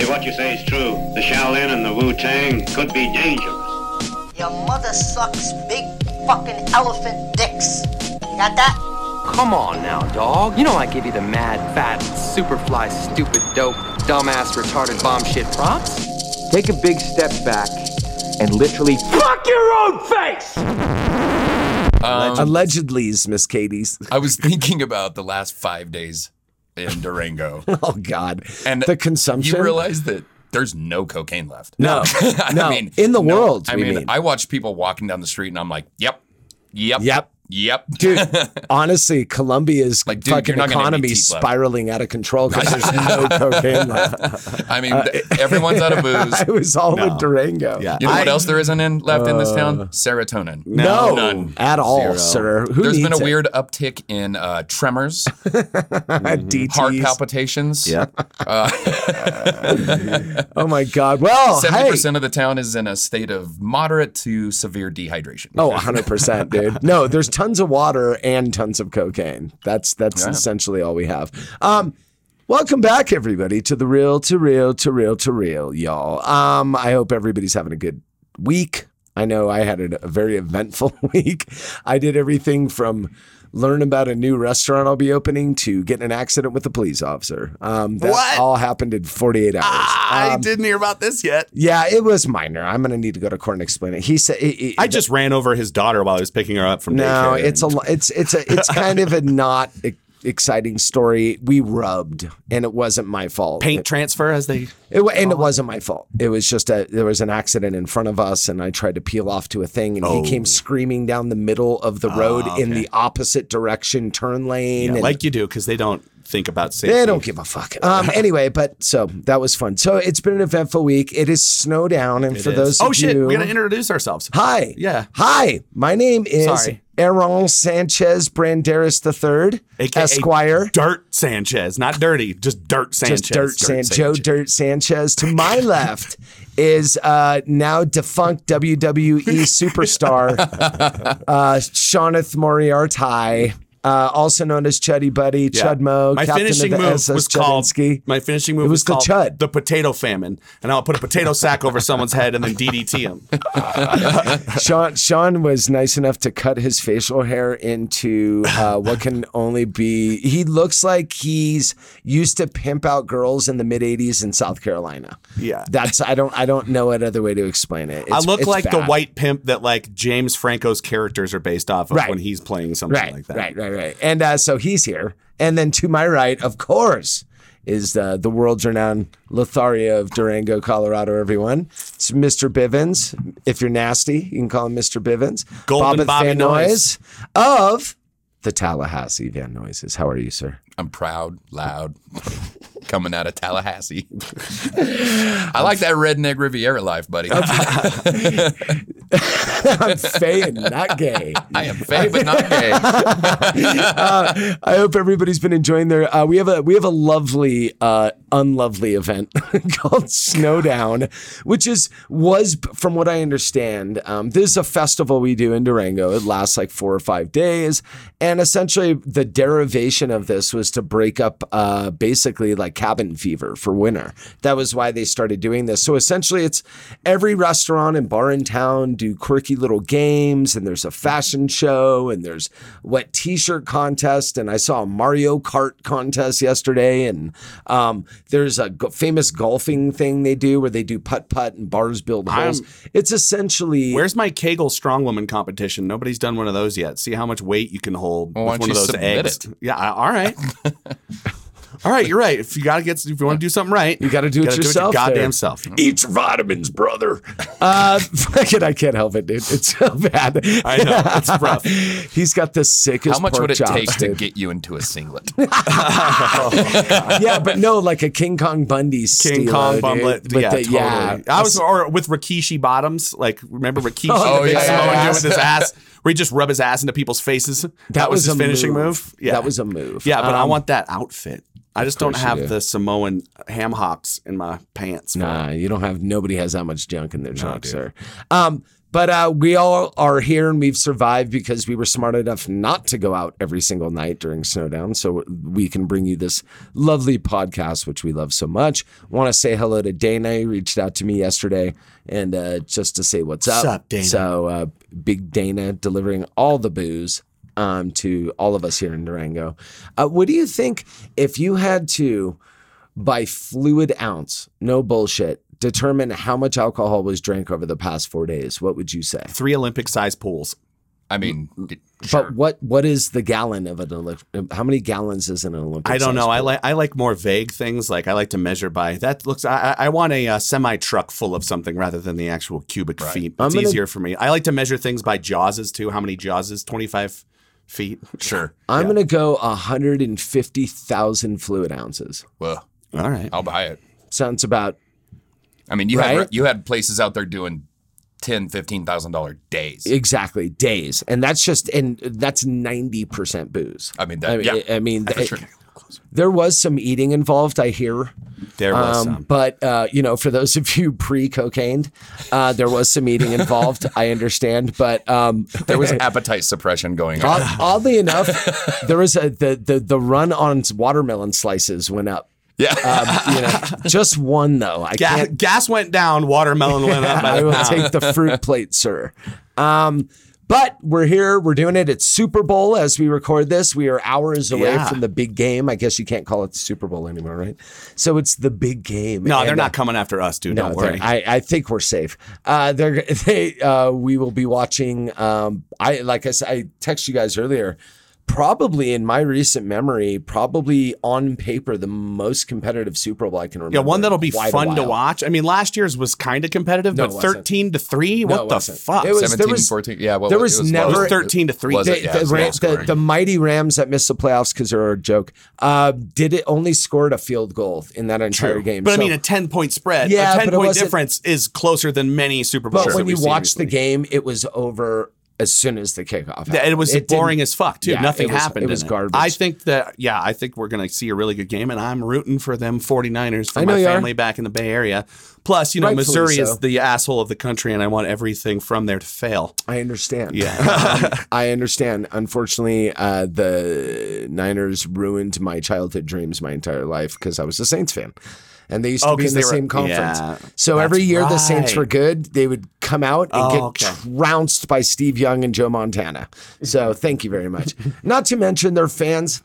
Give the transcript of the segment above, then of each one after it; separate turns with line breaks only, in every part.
If what you say is true, the Shaolin and the Wu Tang could be dangerous.
Your mother sucks big fucking elephant dicks. You got that?
Come on now, dog. You know I give you the mad, fat, superfly, stupid, dope, dumbass, retarded, bomb shit props. Take a big step back and literally fuck your own face.
Allegedly's, Miss Katie's.
I was thinking about the last five days in Durango,
Oh God!
and
the consumption.
You realize that there's no cocaine left.
No,
I
no,
mean,
in the
no.
world.
I
we
mean, I watch people walking down the street, and I'm like, yep, yep,
Yep.
yep.
dude, honestly, Colombia's
Like, dude, you're
fucking
not gonna
economy
need
is
teeth left.
spiraling out of control because there's no cocaine left.
I mean, th- everyone's out of booze.
Uh, I was all in Durango.
Yeah.
You know what else there isn't in left in this town? Serotonin.
Uh, No,
None.
at all,
Zero.
sir. Who
There's been a
needs it?
weird uptick in uh, tremors,
DTs.
heart palpitations. Uh,
Yeah.
Oh my God! Well,
Seventy
hey.
percent of the town is in a state of moderate to severe dehydration.
Oh, 100%, dude. No, there's tons of water and tons of cocaine. That's that's essentially all we have. Um, welcome back everybody to the real to real to real to real, y'all. Um, I hope everybody's having a good week. I know I had a, a very eventful week. I did everything from learn about a new restaurant I'll be opening to get in an accident with a police officer. Um, that
What?
all happened in 48 hours.
I
Um,
didn't hear about this yet.
yeah, it was minor. I'm going to need to go to court and explain it. He said, he- he-
I just ran over his daughter while I was picking her up from
No,
daycare.
it's a lo- it's it's a it's kind of a not e- exciting story. We rubbed, and it wasn't my fault.
paint Oh. transfer as they.
It, wa- and it wasn't my fault. It was just a there was an accident in front of us, and I tried to peel off to a thing, and he
Oh.
came screaming down the middle of
Ah,
the road in the opposite direction turn lane. and
Like you do, because they don't think about safety.
they don't give a fuck. Um, anyway, but so that was fun. So it's been an eventful week. It is snow down, and
It
for
is.
those
oh
of
shit,
you,
we gotta introduce ourselves.
hi,
Yeah.
hi, my name is
Sorry.
Aaron Sanchez Branderas III,
AKA
Esquire.
Dirt Sanchez, not dirty, just Dirt Sanchez.
just Dirt, San- Joe Dirt Sanchez. To my left is uh, now defunct WWE superstar uh, Seaneth Moriarty, uh, also known as Chuddy Buddy,
Yeah.
Chudmo,
My
Captain
finishing
of the
move
SS
was called.
Chudinsky.
My finishing move
It was the
called
Chud.
the potato famine, and I'll put a potato sack over someone's head and then DDT him.
Sean Sean was nice enough to cut his facial hair into uh, what can only be. He looks like he's used to pimp out girls in the mid '80s in South Carolina.
Yeah.
that's I don't I don't know another way to explain it.
I
It's-
look
it's
like the
bad.
white pimp that like James Franco's characters are based off of
Right.
when he's playing something
right,
like that.
Right, right, right. And uh, so he's here. And then to my right, of course, is uh, the world's renowned Lothario of Durango, Colorado, everyone. It's Mr. Bivens. If you're nasty, you can call him Mr. Bivens.
Golden Bobby Noyes.
of the Tallahassee Van Noises. How are you, sir?
I'm proud, loud, coming out of Tallahassee. I like that redneck Riviera life, buddy. I
I'm fey and not gay.
am fey, but not gay.
Uh, I hope everybody's been enjoying their. Uh, we have a we have a lovely, uh, unlovely event called Snowdown, which is was from what I understand. Um, this is a festival we do in Durango. It lasts like four or five days, and essentially the derivation of this was to break up uh, basically like cabin fever for winter. That was why they started doing this. So essentially, it's every restaurant and bar in town do quirky little games, and there's a fashion show, and there's wet T-shirt contest, and I saw a Mario Kart contest yesterday, and um, there's a go- famous golfing thing they do where they do putt putt and bars build holes. it's essentially
Where's my Kegel strongwoman competition? Nobody's done one of those yet. See how much weight you can hold with
Well, Oh, why don't
one of
you
those
submit
eggs.
it?
Yeah, I- all right. All right, you're right. If you gotta get, if you want to do something right, you
gotta do it
your
yourself
goddamn
there.
self.
Eat your vitamins, brother. Uh, fucking, I can't help it, dude. It's so bad.
I know it's rough.
He's got the sickest.
How much
pork
would it
chops,
take to
dude.
get you into a singlet?
yeah, but no, like a King Kong Bundy.
King
stealer,
Kong
dude.
bumblet.
With
yeah,
the-
totally. I was or with Rikishi Bottoms. Like remember Rikishi,
Oh,
the big
yeah,
Samoan
yeah,
dude
yeah.
with his ass, where he just rub his ass into people's faces. That,
That was
his
a
finishing
move.
move.
That was a move.
Yeah, but I
Um,
want that outfit. I just don't
course you
have
do.
the Samoan ham hocks in my pants.
Nah, you don't have. Nobody has that much junk in their trunk, sir. Um, but uh, we all are here and we've survived because we were smart enough not to go out every single night during Snowdown. So we can bring you this lovely podcast, which we love so much. Want to say hello to Dana. He reached out to me yesterday and uh, just to say what's up.
Sup, Dana?
So uh, big Dana delivering all the booze um, to all of us here in Durango. Uh, what do you think if you had to? by fluid ounce, no bullshit, determine how much alcohol was drank over the past four days. What would you say?
Three Olympic sized pools.
I mean, d-
But what what is the gallon of an Olympic? How many gallons is in an Olympic?
I don't
size
know. I
pool?
like I like more vague things. Like I like to measure by that looks. I I I want a uh, semi truck full of something rather than the actual cubic feet.
I'm
It's
gonna-
easier for me. I like to measure things by jawses too. How many jawses? Twenty five feet.
sure.
I'm gonna go 150,000 fluid ounces.
Well,
All right.
I'll buy it.
Sounds about
I mean, you
Right?
had you had places out there doing ten, fifteen thousand dollar days.
exactly days, and that's just and that's 90 percent booze.
I mean, that-
I mean,
yeah.
I mean
For
th-
sure.
there was some eating involved. I hear.
There was
Um,
some.
But uh, you know, for those of you pre-cocaine, uh, there was some eating involved. I understand, but um,
There was appetite suppression going on.
odd- oddly enough, there was a the, the the run on watermelon slices went up.
Yeah.
Um, you know, just one though. I
Ga-
can't.
gas went down. Watermelon went up. By
I
the
will
pound.
take the fruit plate, sir. Um, but we're here. We're doing it. It's Super Bowl as we record this. We are hours away
Yeah.
from the big game. I guess you can't call it the Super Bowl anymore, right? So it's the big game.
no, they're
And, uh,
not coming after us, dude.
No,
Don't
they're-
worry.
I, I think we're safe. Uh, they're they uh, we will be watching. Um, I like I said, I texted you guys earlier. Probably in my recent memory, probably on paper, the most competitive Super Bowl I can remember.
yeah, one that'll be
in quite a
fun to
while.
watch. I mean, last year's was kind of competitive,
No, it
but
wasn't.
thirteen to three.
No,
What
it
the
wasn't.
fuck?
It was- there
17, 14. Yeah. What
there
was,
was
it
never-
low-
It was
13 to three.
Was
The,
it? Yeah, it
the,
was
Ra-
low
the,
scoring.
the mighty Rams that missed the playoffs because they're a joke uh, did it only scored a field goal in that entire game.
But I
So-
mean, a ten point spread,
Yeah,
a
but it
ten point
wasn't-
difference is closer than many Super Bowls.
but
that
when you
we've seen
watched the
recently.
game, it was over as soon as the kickoff.
Yeah, it was
happened. didn't-
boring as fuck too.
Yeah,
Nothing
it was-
happened.
It
in
was garbage.
I think that yeah, I think we're gonna see a really good game, and I'm rooting for them 49ers for
I know
my
you are.
family back in the Bay Area. Plus, you know,
Rightfully
Missouri
so.
is the asshole of the country, and I want everything from there to fail.
I understand.
Yeah.
Um, I understand. Unfortunately, uh, the Niners ruined my childhood dreams my entire life because I was a Saints fan. And they used to
Oh,
be in
'cause
the
they were-
same conference.
yeah,
so
that's
every year the Saints
right.
were good, they would come out and
Oh,
get
okay.
trounced by Steve Young and Joe Montana. So thank you very much. Not to mention their fans,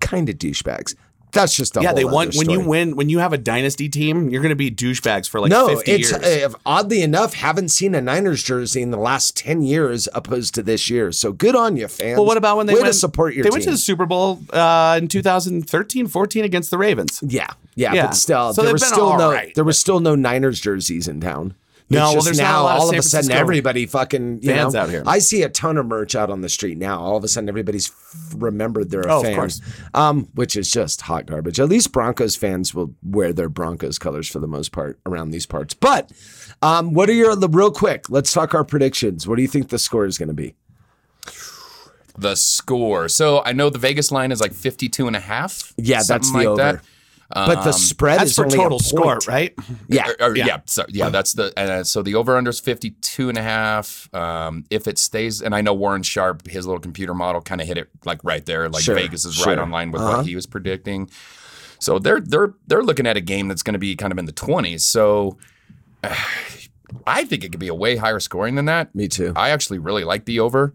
kind of douchebags. That's just a
Yeah,
whole
they
other
want when you
story.
win when you have a dynasty team, you're gonna be douchebags for like
no,
50
it's
years.
uh, oddly enough, haven't seen a Niners jersey in the last ten years, opposed to this year. So good on you, fans.
well, what about when they
Way
went
to support your
They
team?
went to the Super Bowl uh, in 2013, 14 against the Ravens.
yeah, yeah,
Yeah.
but still,
So
there
they've
was
been
still
all
no,
right,
there was still no Niners jerseys in town.
No,
It's
well,
just
there's not a
now
lot of
all of
San
a sudden
Francisco
everybody fucking you
fans
know,
out here.
I see a ton of merch out on the street now. All of a sudden, everybody's f- remembered they're a
Oh, of
fan,
course.
Um, which is just hot garbage. At least Broncos fans will wear their Broncos colors for the most part around these parts. But um, what are your real quick? Let's talk our predictions. What do you think the score is going to be?
the score. So I know the Vegas line is like 52 and a half.
Yeah, that's the
something
over.
like that.
but the spread
Um, That's
is
for
only a
total score,
point.
right?
Yeah, Mm-hmm.
Or- or- yeah. so yeah, that's the uh, so the over under is 52 and a half. Um, if it stays and I know Warren Sharp, his little computer model kind of hit it like right there, like
Sure,
Vegas is
sure. Uh-huh.
right on line with what he was predicting. So they're they're they're looking at a game that's going to be kind of in the 20s. So uh, I think it could be a way higher scoring than that.
me too.
I actually really like the over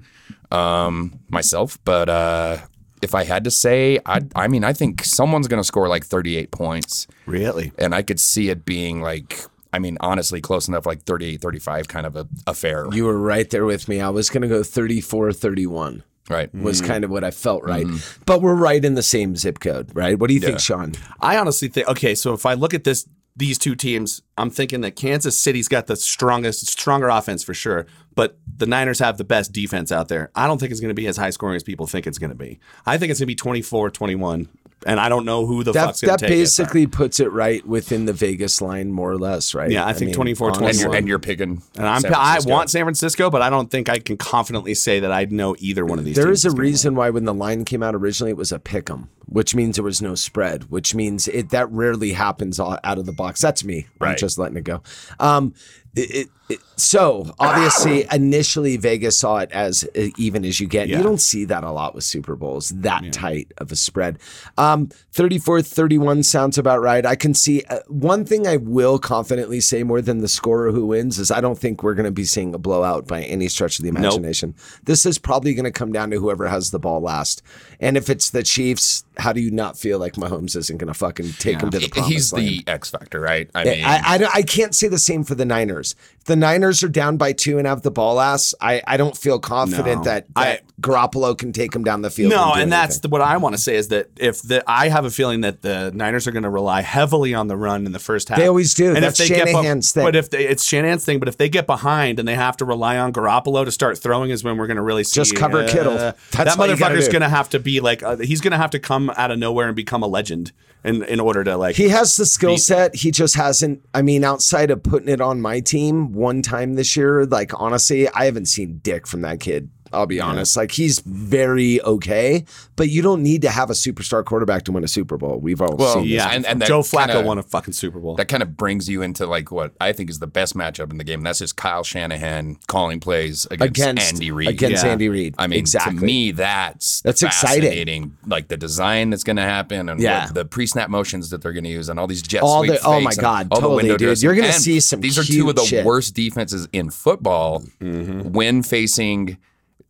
um, myself, but uh, if I had to say, I, I mean, I think someone's going to score like 38 points,
Really?
and I could see it being like, I mean, honestly, close enough, like 38, 35 kind of a affair.
You were right there with me. I was going to go 34 31.
Right.
was
Mm.
kind of what I felt right.
Mm-hmm.
But we're right in the same zip code, right? What do you think, Sean?
I honestly think okay, so if I look at this these two teams, I'm thinking that Kansas City's got the strongest stronger offense for sure, but the Niners have the best defense out there. I don't think it's going to be as high scoring as people think it's going to be. I think it's going to be 24-21 and I don't know who the
That,
fuck's going
that
to take it, but-
basically puts it right within the Vegas line, more or less, right?
Yeah, I think 24,
honestly.
And you're,
21.
and you're picking.
And I'm,
San
I
Francisco.
want San Francisco, but I don't think I can confidently say that I know either one of these.
There
teams
is a
gonna-
reason why when the line came out originally, it was a pick 'em, which means there was no spread, which means it that rarely happens all out of the box. That's me. I'm
Right.
just letting it go. Um, it, it, it- so obviously, initially Vegas saw it as uh, even as you get. You
Yeah.
don't see that a lot with Super Bowls that tight of a spread. Um, 34 31 sounds about right. I can see uh, one thing I will confidently say more than the scorer who wins is I don't think we're going to be seeing a blowout by any stretch of the imagination. This is probably going to come down to whoever has the ball last. And if it's the Chiefs, how do you not feel like Mahomes isn't going to fucking take him to the promised
He's
land?
the X factor, right? I mean,
I, I, don't- I can't say the same for the Niners. If the Niners are down by two and have the ball ass, I, I don't feel confident
No.
that,
I-
that Garoppolo can take him down the field.
No,
do
and that's
anything.
the, what I want to say is that if the I have a feeling that the Niners are going to rely heavily on the run in the first half.
They always do.
And
That's
if they get bu-
Shanahan's thing.
But if they, it's Shanahan's thing, but if they get behind and they have to rely on Garoppolo to start throwing, is when we're going to really see. uh,
Just cover Kittle. That's
that
what you gotta
motherfucker's
do.
going to have to be like uh, he's going to have to come out of nowhere and become a legend in in order to like.
He has the skill
Beat-
set. He just hasn't. I mean, outside of putting it on my team one time this year, like honestly, I haven't seen dick from that kid. I'll be honest. Like he's very okay, but you don't need to have a superstar quarterback to win a Super Bowl. We've all
Well,
seen. this.
yeah,
And- and that
Joe Flacco
kinda-
won a fucking Super Bowl.
that kind of brings you into like what I think is the best matchup in the game. That's just Kyle Shanahan calling plays against,
against
Andy Reid.
Against
Yeah.
Andy Reid.
I mean,
exactly.
to me, that's
That's exciting.
fascinating. Like the design that's going to happen, and
Yeah.
what the pre-snap motions that they're going to use, and all these jet
All
sweep
the- oh my
fakes and
God,
all the
totally,
window
dude.
dressing.
You're gonna
And
see some
These are two of the
cute shit.
worst defenses in football when facing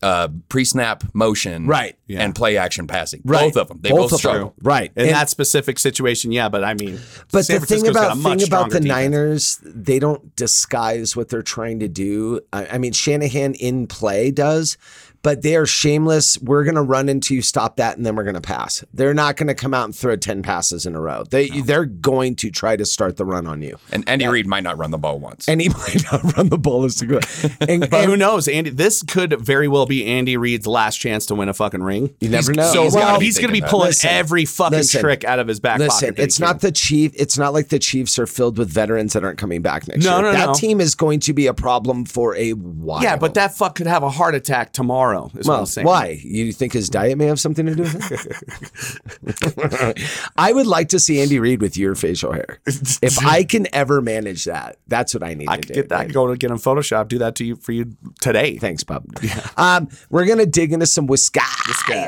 uh, pre-snap motion,
Right.
Yeah.
and play action passing.
Right.
Both of them. They
Both
both,
of them.
struggle.
Right.
in
And-
that specific situation, yeah, but I mean,
But
San
the thing
Francisco's got a
about
much
thing about the
stronger defense.
Niners, they don't disguise what they're trying to do. I, I mean, Shanahan in play does, but they are shameless. We're going to run into you, stop that, and then we're going to pass. They're not going to come out and throw ten passes in a row. They they're going to try to start the run on you,
And Andy Reid might not run the ball once.
and he might not run the ball as to go. And,
But
and
who knows, Andy? This could very well be Andy Reid's last chance to win a fucking ring.
you never know.
he's-
So
he's
well,
gotta be
he's going to be
thinking that.
pulling
Uh, Listen,
every fucking
listen,
trick out of his back
Listen,
pocket. that he
it's not
can.
the chief. It's not like the Chiefs are filled with veterans that aren't coming back next
No, no,
year. that
no.
team is going to be a problem for a while.
Yeah, but that fuck could have a heart attack tomorrow. Is what
Well,
I'm saying.
why? You think his diet may have something to do with it? I would like to see Andy Reid with your facial hair. If I can ever manage that, that's what I need
I
to
could
do.
get that. I could go to get him Photoshop. Do that to you for you today.
Thanks, Bob. Um, we're gonna dig into some whiskey.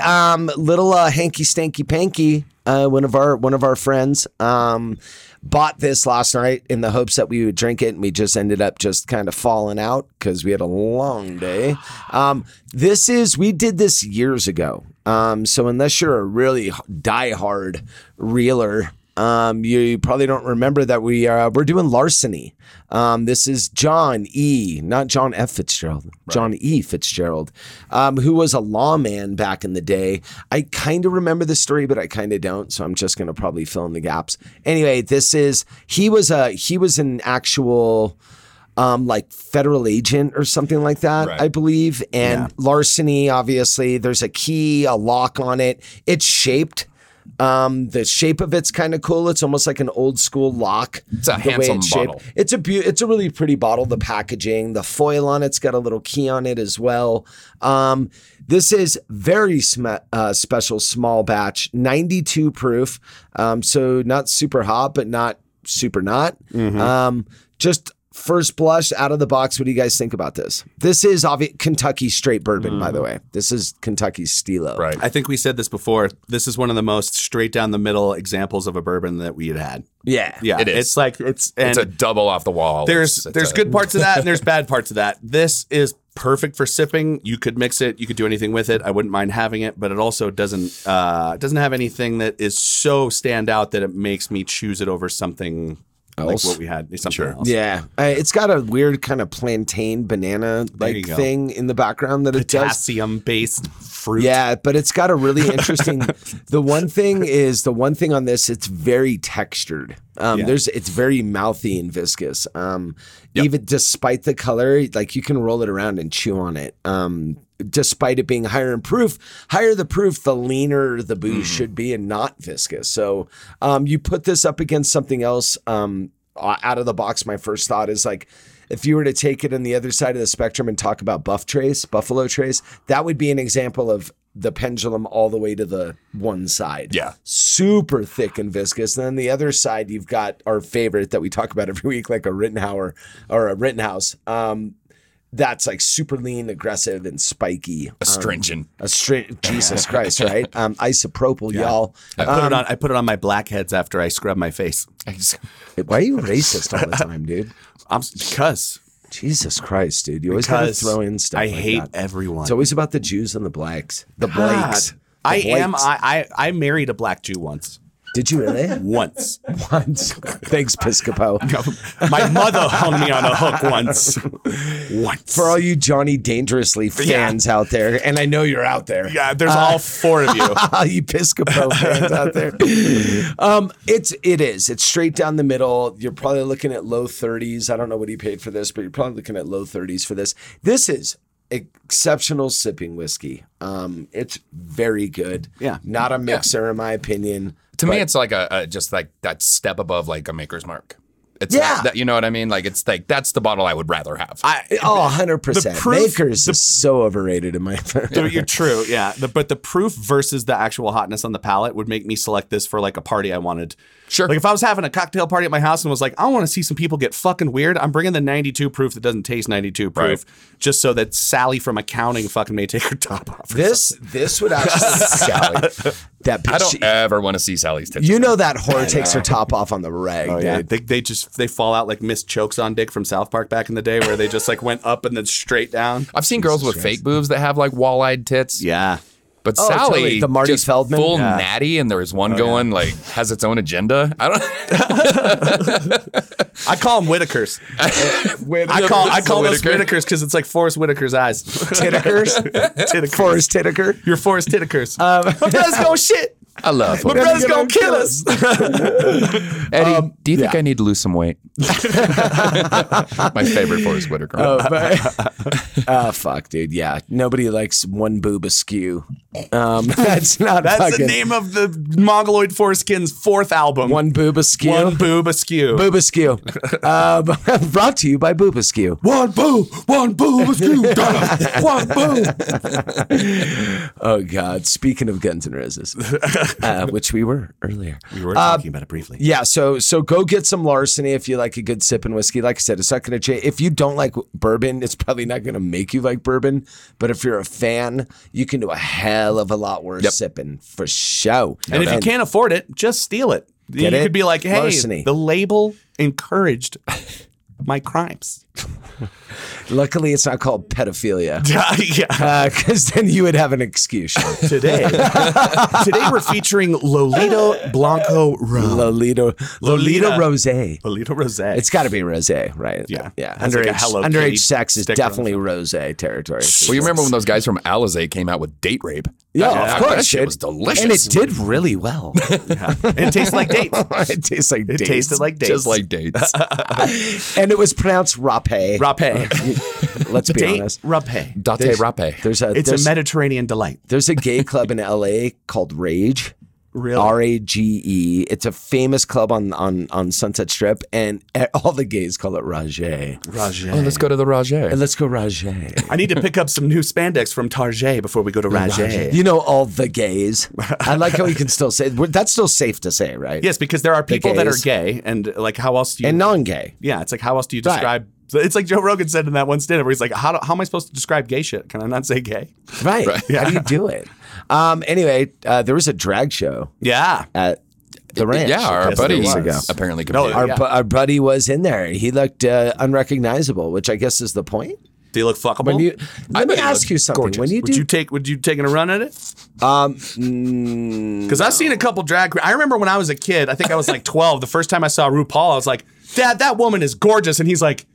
Um, little uh, hanky stanky panky. Uh, one of our one of our friends um, bought this last night in the hopes that we would drink it, and we just ended up just kind of falling out because we had a long day. Um, this is we did this years ago. Um, so unless you're a really h- diehard reeler, um, you probably don't remember that we uh, we're doing larceny. Um, this is John E, not John F Fitzgerald, John E Fitzgerald, um, who was a lawman back in the day. I kind of remember the story, but I kind of don't, so I'm just gonna probably fill in the gaps. Anyway, this is he was a he was an actual um, like federal agent or something like that,
Right.
I believe. And larceny, obviously, there's a key, a lock on it. It's shaped. Um, the shape of it's kind of cool. It's almost like an old school lock. It's
a handsome bottle.
It's a beau- it's a really pretty bottle. The packaging, the foil on it's got a little key on it as well. Um, this is very sm- uh, special small batch, 92 proof. Um, so not super hot, but not super not.
Mm-hmm.
Um, just first blush out of the box. What do you guys think about this? This is obvi- Kentucky straight bourbon, by the way. This is Kentucky Stilo.
Mm. Right.
I think we said this before. This is one of the most straight down the middle examples of a bourbon that we had had.
Yeah.
Yeah,
It is.
It's like it's and
it's a double off the wall.
there's
It's- it's
there's
a-
good parts of that and there's bad parts of that. This is perfect for sipping. You could mix it. You could do anything with it. I wouldn't mind having it, but it also doesn't uh, doesn't have anything that is so stand out that it makes me choose it over something like
else.
what we had. It's something
Sure.
else.
yeah, uh, it's got a weird kind of plantain banana
you
like
go.
thing in the background that it does.
Potassium based fruit.
Yeah, but it's got a really interesting. the one thing is the one thing on this, it's very textured. Um,
Yeah.
There's it's very mouthy and viscous. Um, Even despite the color, like you can roll it around and chew on it. Um, despite it being higher in proof, higher the proof, the leaner the booze should be and not viscous. So um, you put this up against something else. Um, o- out of the box, my first thought is like, if you were to take it on the other side of the spectrum and talk about buff trace, buffalo trace, that would be an example of the pendulum all the way to the one side.
Yeah.
Super thick and viscous. And then the other side, you've got our favorite that we talk about every week, like a Rittenhauer or a Rittenhouse. Um, that's like super lean, aggressive, and spiky.
Astringent.
A straight Jesus Christ, right? Um, isopropyl, y'all.
I put
um,
it on. I put it on my blackheads after I scrub my face.
Why are you racist all the time, dude?
I'm because
Jesus Christ, dude! You always gotta
because
throw in stuff.
I
like
hate
that.
everyone.
It's always about the Jews and the blacks. The
God.
Blakes. The
I am.
Blakes.
I, I I married a black Jew once.
Did you really?
Once.
Once. Thanks, Piscopo.
my mother hung me on a hook once. Once.
For all you Johnny Dangerously fans out there, and I know you're out there.
yeah, there's all four of you.
all you Piscopo fans out there. Um, it's it is. It's straight down the middle. You're probably looking at low 30s. I don't know what he paid for this, but you're probably looking at low 30s for this. This is exceptional sipping whiskey. Um, it's very good.
Yeah.
Not a mixer, in my opinion.
To me,
But-
it's like a, a just like that step above like a maker's mark. It's
Yeah.
like that, you know what I mean? Like it's like that's the bottle I would rather have.
I,
Oh, 100%.
The proof-
Makers is so overrated in my
So you're true, yeah. The, but the proof versus the actual hotness on the palate would make me select this for like a party I wanted.
Sure.
Like if I was having a cocktail party at my house and was like, I want to see some people get fucking weird. I'm bringing the 92 proof that doesn't taste 92 proof, just so that Sally from accounting fucking may take her top off.
This this would actually Sally. That bitch,
I don't
she-
ever want to see Sally's tits.
you know that whore takes her top off on the rag.
Oh, yeah,
dude.
they, they just they fall out like Miss Chokes on Dick from South Park back in the day, where they just like went up and then straight down.
I've seen girls with fake boobs that have like wall-eyed tits.
Yeah,
But
Oh,
Sally,
totally. The Marty
just
Feldman? Oh,
full
Yeah.
natty, and there is one going like has its own agenda. I don't.
I call them Whitakers. I call I call those Whitakers because it's like Forrest Whitaker's eyes.
Titakers,
Titakers.
Forrest Titaker.
Your Forrest Titakers.
Um,
my brother's gonna shit.
I love.
My brother's gonna kill us.
Eddie,
um,
do you think I need to lose some weight? My favorite Forrest Whitaker.
Oh,
Oh,
Ah, fuck, dude. Yeah, nobody likes one boob askew. Um, that's not
That's
fucking
the name of the Mongoloid Foreskin's fourth album.
one boob askew.
One boob askew.
boob askew. um, brought to you by Boob Askew.
One boob. One boob askew. Donna. one boob.
Oh God! Speaking of Guns N' Roses, uh, which we were earlier.
We were
uh,
talking about it briefly.
Yeah, so so go get some larceny if you like a good sip and whiskey. Like I said, it's not going to change. If you don't like bourbon, it's probably not going to make you like bourbon. But if you're a fan, you can do a hell of a lot worse sipping for show.
And if you can't afford it, just steal it.
Get
you
it?
could be like, hey,
Larceny.
the label encouraged my crimes.
luckily it's not called pedophilia
yeah.
because then you would have an excuse.
Today, today we're featuring Lolita Blanco Rum.
Lolita, Lolita
Oh. Lolita.
Rose.
Lolita Rose.
It's got to be rose, right?
Yeah.
yeah.
Has like a
Underage,
Hello Kitty
underage sex is
sticker on
definitely rose territory.
Well, you remember when those guys from Alizé came out with Date Rape?
Yeah,
That-
of
that-
course.
That shit
dude.
was delicious.
And it did really well.
it tastes like dates.
it tastes like
It
dates.
tasted like dates.
Just like dates.
and it was pronounced rape.
rape.
Let's be
Date
honest.
rape.
Date Rape.
There's a
It's
there's,
a Mediterranean delight.
there's a gay club in LA called Rage.
Really?
R A G E. It's a famous club on on on Sunset Strip, and eh, all the gays call it Rage. And
Rajay.
Let's go to the Rajay.
let's go Rage.
I need to pick up some new spandex from Target before we go to Rajay.
You know all the gays. I like how you can still say we're- that's still safe to say, right?
Yes, because there are people that are
gays.
gay, and like, how else do you?
And non-gay.
yeah, it's like, how else do you
Right.
describe? It's like Joe Rogan said in that one stand-up where he's like, how, do, how am I supposed to describe gay shit? Can I not say gay?
Right. How do you do it? Um, anyway, uh, there was a drag show
Yeah.
at the ranch.
yeah,
a
our
couple
buddy
weeks ago.
apparently
No,
competed.
Our,
Yeah.
bu- our buddy was in there. He looked uh, unrecognizable, which I guess is the point.
Do you look fuckable?
When you let me
bet he
ask
looked
you something. When you
would
do,
you take would you taking a run at it? Mm,
um, mm,
Because I've seen a couple drag. que- I remember when I was a kid. I think I was like twelve. The first time I saw RuPaul, I was like, Dad, that woman is gorgeous. And he's like,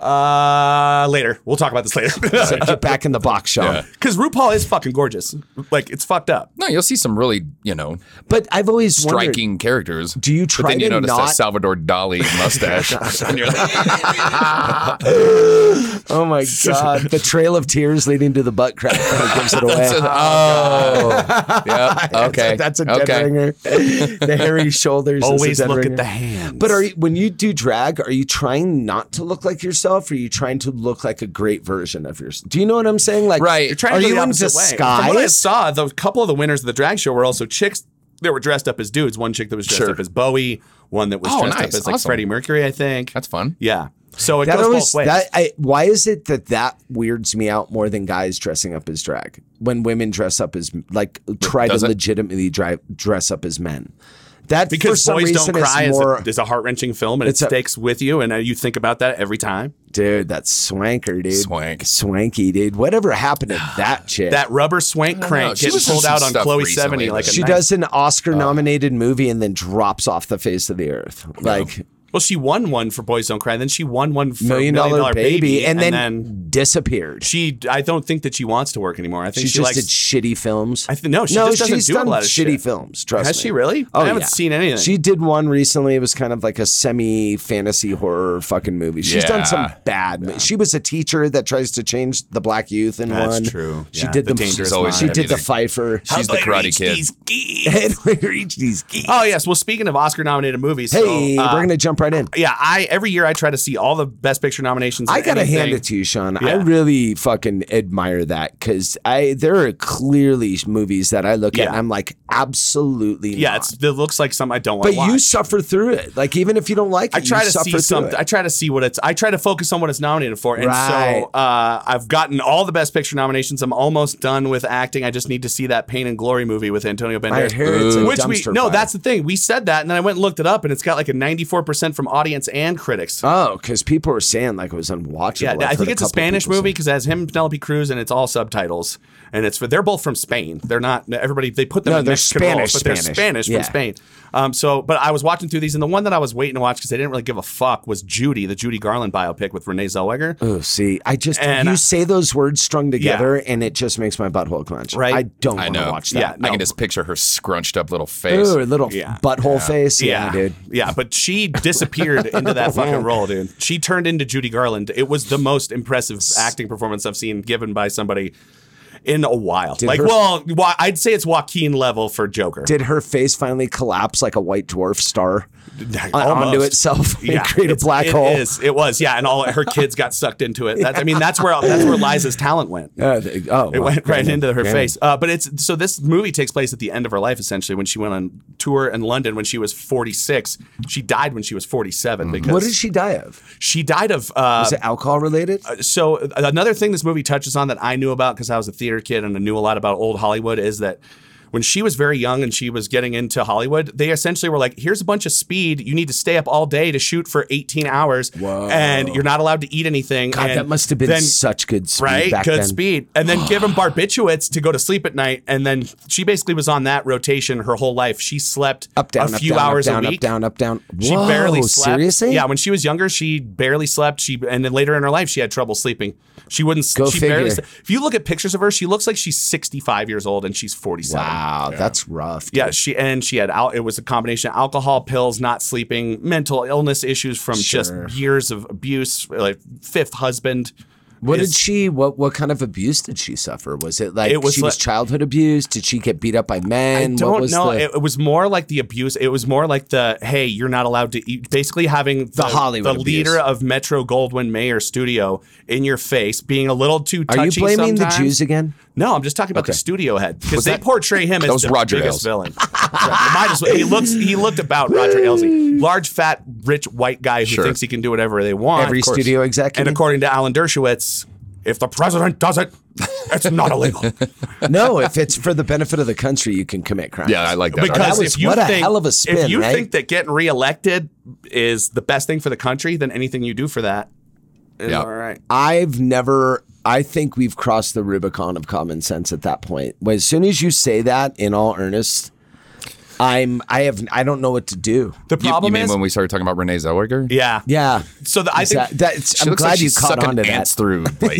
uh, later. We'll talk about this later.
Get back in the box, Sean.
Yeah.
Because RuPaul is fucking gorgeous. Like, it's fucked up.
No, you'll see some really, you know,
But I've always wondered-
striking characters.
Do you
But
try
then you
to
notice
not-
that Salvador Dali mustache. and you're like,
Oh my god, the trail of tears leading to the butt crack kind of gives it away.
oh, yeah, okay.
That's a dead
okay.
ringer. The hairy shoulders. is a
Always
dead
look
ringer.
at the hands.
But are you, when you do drag, are you trying not to look like yourself? Or are you trying to look like a great version of yourself? Do you know what I'm saying? Like,
Right. You're
Trying to
are
go
you
the
in
opposite way. From what I
disguise?
saw, the couple of the winners of the drag show were also chicks that were dressed up as dudes. One chick that was dressed
Sure.
up as Bowie, one that was
Oh,
dressed
nice.
up as like
Awesome.
Freddie Mercury, I think.
That's fun.
yeah. So it
That
goes
always
both ways.
that I, why is it that that weirds me out more than guys dressing up as drag when women dress up as like try to
doesn't-
legitimately drive, dress up as men. That for
because
some
Boys
reason
Don't Cry
is
is,
more
a, is a heart wrenching film and it
It's a-
sticks with you, and uh, you think about that every time.
Dude, that's swanker, dude.
Swank.
Swanky, dude. Whatever happened to that chick?
That rubber swank
don't know.
crank
She
getting
was in
pulled
some
out on
stuff
Chloe
recently
Seventy
that-
like a
she
knife.
does an
Oh.
Oscar nominated movie and then drops off the face of the earth. Like
Well, she won one for Boys Don't Cry, then she won one for
million dollar, baby, and, then,
then
disappeared.
she. I don't think that she wants to work anymore. I think
She,
she,
just
likes
did shitty films.
I think- no, she just doesn't
she's
do a
done
lot of
shitty
shit.
films. Trust
Has
me.
she really?
Oh,
I haven't
yeah.
seen anything.
She did one recently. It was kind of like a semi fantasy horror fucking movie. She's done some
Yeah.
bad. mo- She was a teacher that tries to change the black youth in
That's
one.
true.
She
Yeah,
did
The
the,
Dangerous
Always
she
Mind.
did the Pfeiffer.
She's the Karate Kid.
and we reach these geeks.
Oh yes. Well, speaking of Oscar-nominated movies, so,
Hey,
uh,
we're gonna jump right in.
Yeah, I every year I try to see all the Best Picture nominations.
I
and
gotta
anything.
hand it to you, Sean. I
Yeah.
really fucking admire that because I there are clearly movies that I look at
Yeah.
and I'm like, absolutely,
Yeah,
not.
it's, it looks like something I don't want.
but
to watch.
you suffer through it. Like even if you don't like it,
I try
you
to
suffer
see
through
something.
it.
I try to see what it's. I try to focus on what it's nominated for, and
Right.
so uh, I've gotten all the Best Picture nominations. I'm almost done with acting. I just need to see that Pain and Glory movie with Antonio
I
Banderas.
hear it's a
which we
dumpster
no,
fire.
that's the thing. We said that, and then I went and looked it up, and it's got like a 94 percent from audience and critics.
oh, because people were saying like it was unwatchable.
yeah,
I've
I
heard
think it's a
couple
Spanish
people say-
movie because it has him, and Penelope Cruz, and it's all subtitles. And it's for they're both from Spain. They're not everybody. They put them
No,
in
they're
Mexican
Spanish,
roles, but they're
Spanish.
Spanish
Yeah.
from Spain. Um, so, but I was watching through these, and the one that I was waiting to watch because I didn't really give a fuck was Judy, the Judy Garland biopic with Renee Zellweger.
Oh, see, I just
And-
you say those words strung together, and it just makes my butthole clench.
Right.
I don't
I
want to
know.
watch
Yeah,
that.
I
no.
can just picture her scrunched up little face.
Ooh, a little
Yeah.
butthole face. Yeah,
yeah,
dude.
Yeah, but she disappeared into that fucking role, dude. She turned into Judy Garland. It was the most impressive acting performance I've seen given by somebody in a while. like,
her-
well, wa- I'd say it's Joaquin level for Joker.
Did her face finally collapse like a white dwarf star on- onto
Almost.
itself and create a
it's-
black
it
hole?
is. It was, yeah, and all her kids got sucked into it. That's, I mean, that's where that's where Liza's talent went.
Uh, they- oh,
It went
wow.
right
Granted.
into her
Granted.
face. Uh, but it's so this movie takes place at the end of her life, essentially, when she went on tour in London when she was 46. She died when she was 47 because
Mm-hmm. What did she die of?
she died of. Uh,
Is it alcohol related?
so uh, another thing this movie touches on that I knew about because I was a theater kid and I knew a lot about old Hollywood is that when she was very young and she was getting into Hollywood, they essentially were like, "Here's a bunch of speed. You need to stay up all day to shoot for 18 hours, and you're not allowed to eat anything."
God,
and
that must have been
then-
such good speed
Right,
back
good
then.
speed, and then give them barbiturates to go to sleep at night, and then she basically was on that rotation her whole life. She slept
Up down,
a
up
few
down,
hours
up down,
a
up
week.
down, up down.
She
Whoa,
barely slept.
Seriously?
Yeah, when she was younger, she barely slept. She and then later in her life, she had trouble sleeping. She wouldn't.
Go
she
figure.
barely. slept. If you look at pictures of her, she looks like she's 65 years old and she's 47.
wow, that's rough. dude.
Yeah, she and she had out. It was a combination of alcohol, pills, not sleeping, mental illness issues from
Sure.
just years of abuse, like fifth husband.
What
is-
did she? What what kind of abuse did she suffer? Was it like
It was
she was
like-
childhood abuse? Did she get beat up by
I
men? what
don't
was
know.
The,
It, it was more like the abuse. It was more like the hey, you're not allowed to eat. Basically, having the,
Hollywood
the
abuse.
leader of Metro Goldwyn Mayer studio in your face, being a little too.
Are you
touchy
blaming the
sometimes.
Jews again?
No, I'm just talking about the
Okay.
studio head because they
that-
portray him as
was
the
Roger
biggest
Ailes.
villain. Right. Might as well. He looks. He looked about Roger Elsie, large, fat, rich, white guy who
Sure.
thinks he can do whatever they want.
Every
Of course.
studio executive?
And according to Alan Dershowitz, if the president does it, it's not illegal.
no, if it's for the benefit of the country, you can commit crimes.
yeah, I like that.
because
That was-
if you
what a
think,
hell of a spin,
if you
right?
think that getting reelected is the best thing for the country, then anything you do for that is
Yeah.
all right.
I've never. I think we've crossed the Rubicon of common sense at that point. As soon as you say that in all earnest, I'm I have I don't know what to do.
The
You, you
problem
mean
is,
when we started talking about Renee Zellweger?
yeah,
Yeah.
So the, I think
That- that's,
She
I'm
looks
glad
like
you
she's
caught
sucking
on to that.
ants through like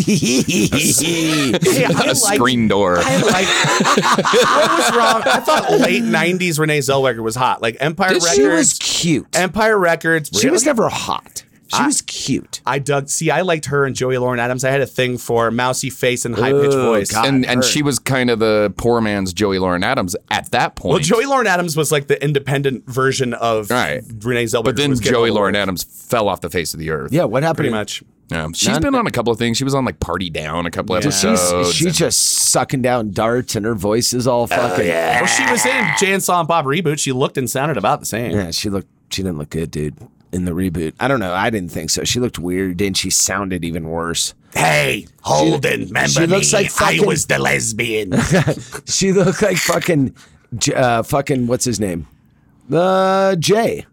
Hey, I
a
like-
screen door.
I like what was wrong? I thought late '90s Renee Zellweger was hot, like Empire
Did
Records.
she
She was cute.
Empire Records.
She was
Really?
never hot. She was cute.
I dug. See, I liked her and Joey Lauren Adams. I had a thing for mousy face and high pitched
Oh,
voice.
God.
and and she was kind of the poor man's Joey Lauren Adams at that point.
Well, Joey Lauren Adams was like the independent version of
Right.
Renee Zellweger.
but then
was getting
Joey
older.
Lauren Adams fell off the face of the earth.
Yeah, what happened?
pretty
in-
much.
Yeah. she's been on a couple of things. She was on like Party Down a couple
Dude, she's-
episodes.
Oh,
she's just sucking down darts and her voice is all fucking
Well, she was in Jay and Silent Bob reboot. She looked and sounded about the same.
Yeah, she looked. She didn't look good, dude. In the reboot, I don't know. I didn't think so. She looked weird, and she sounded even worse.
Hey, Holden, remember
she looks like fucking- Oh,
the lesbian.
She looked like fucking, J- uh, fucking what's his name? Uh, Jay.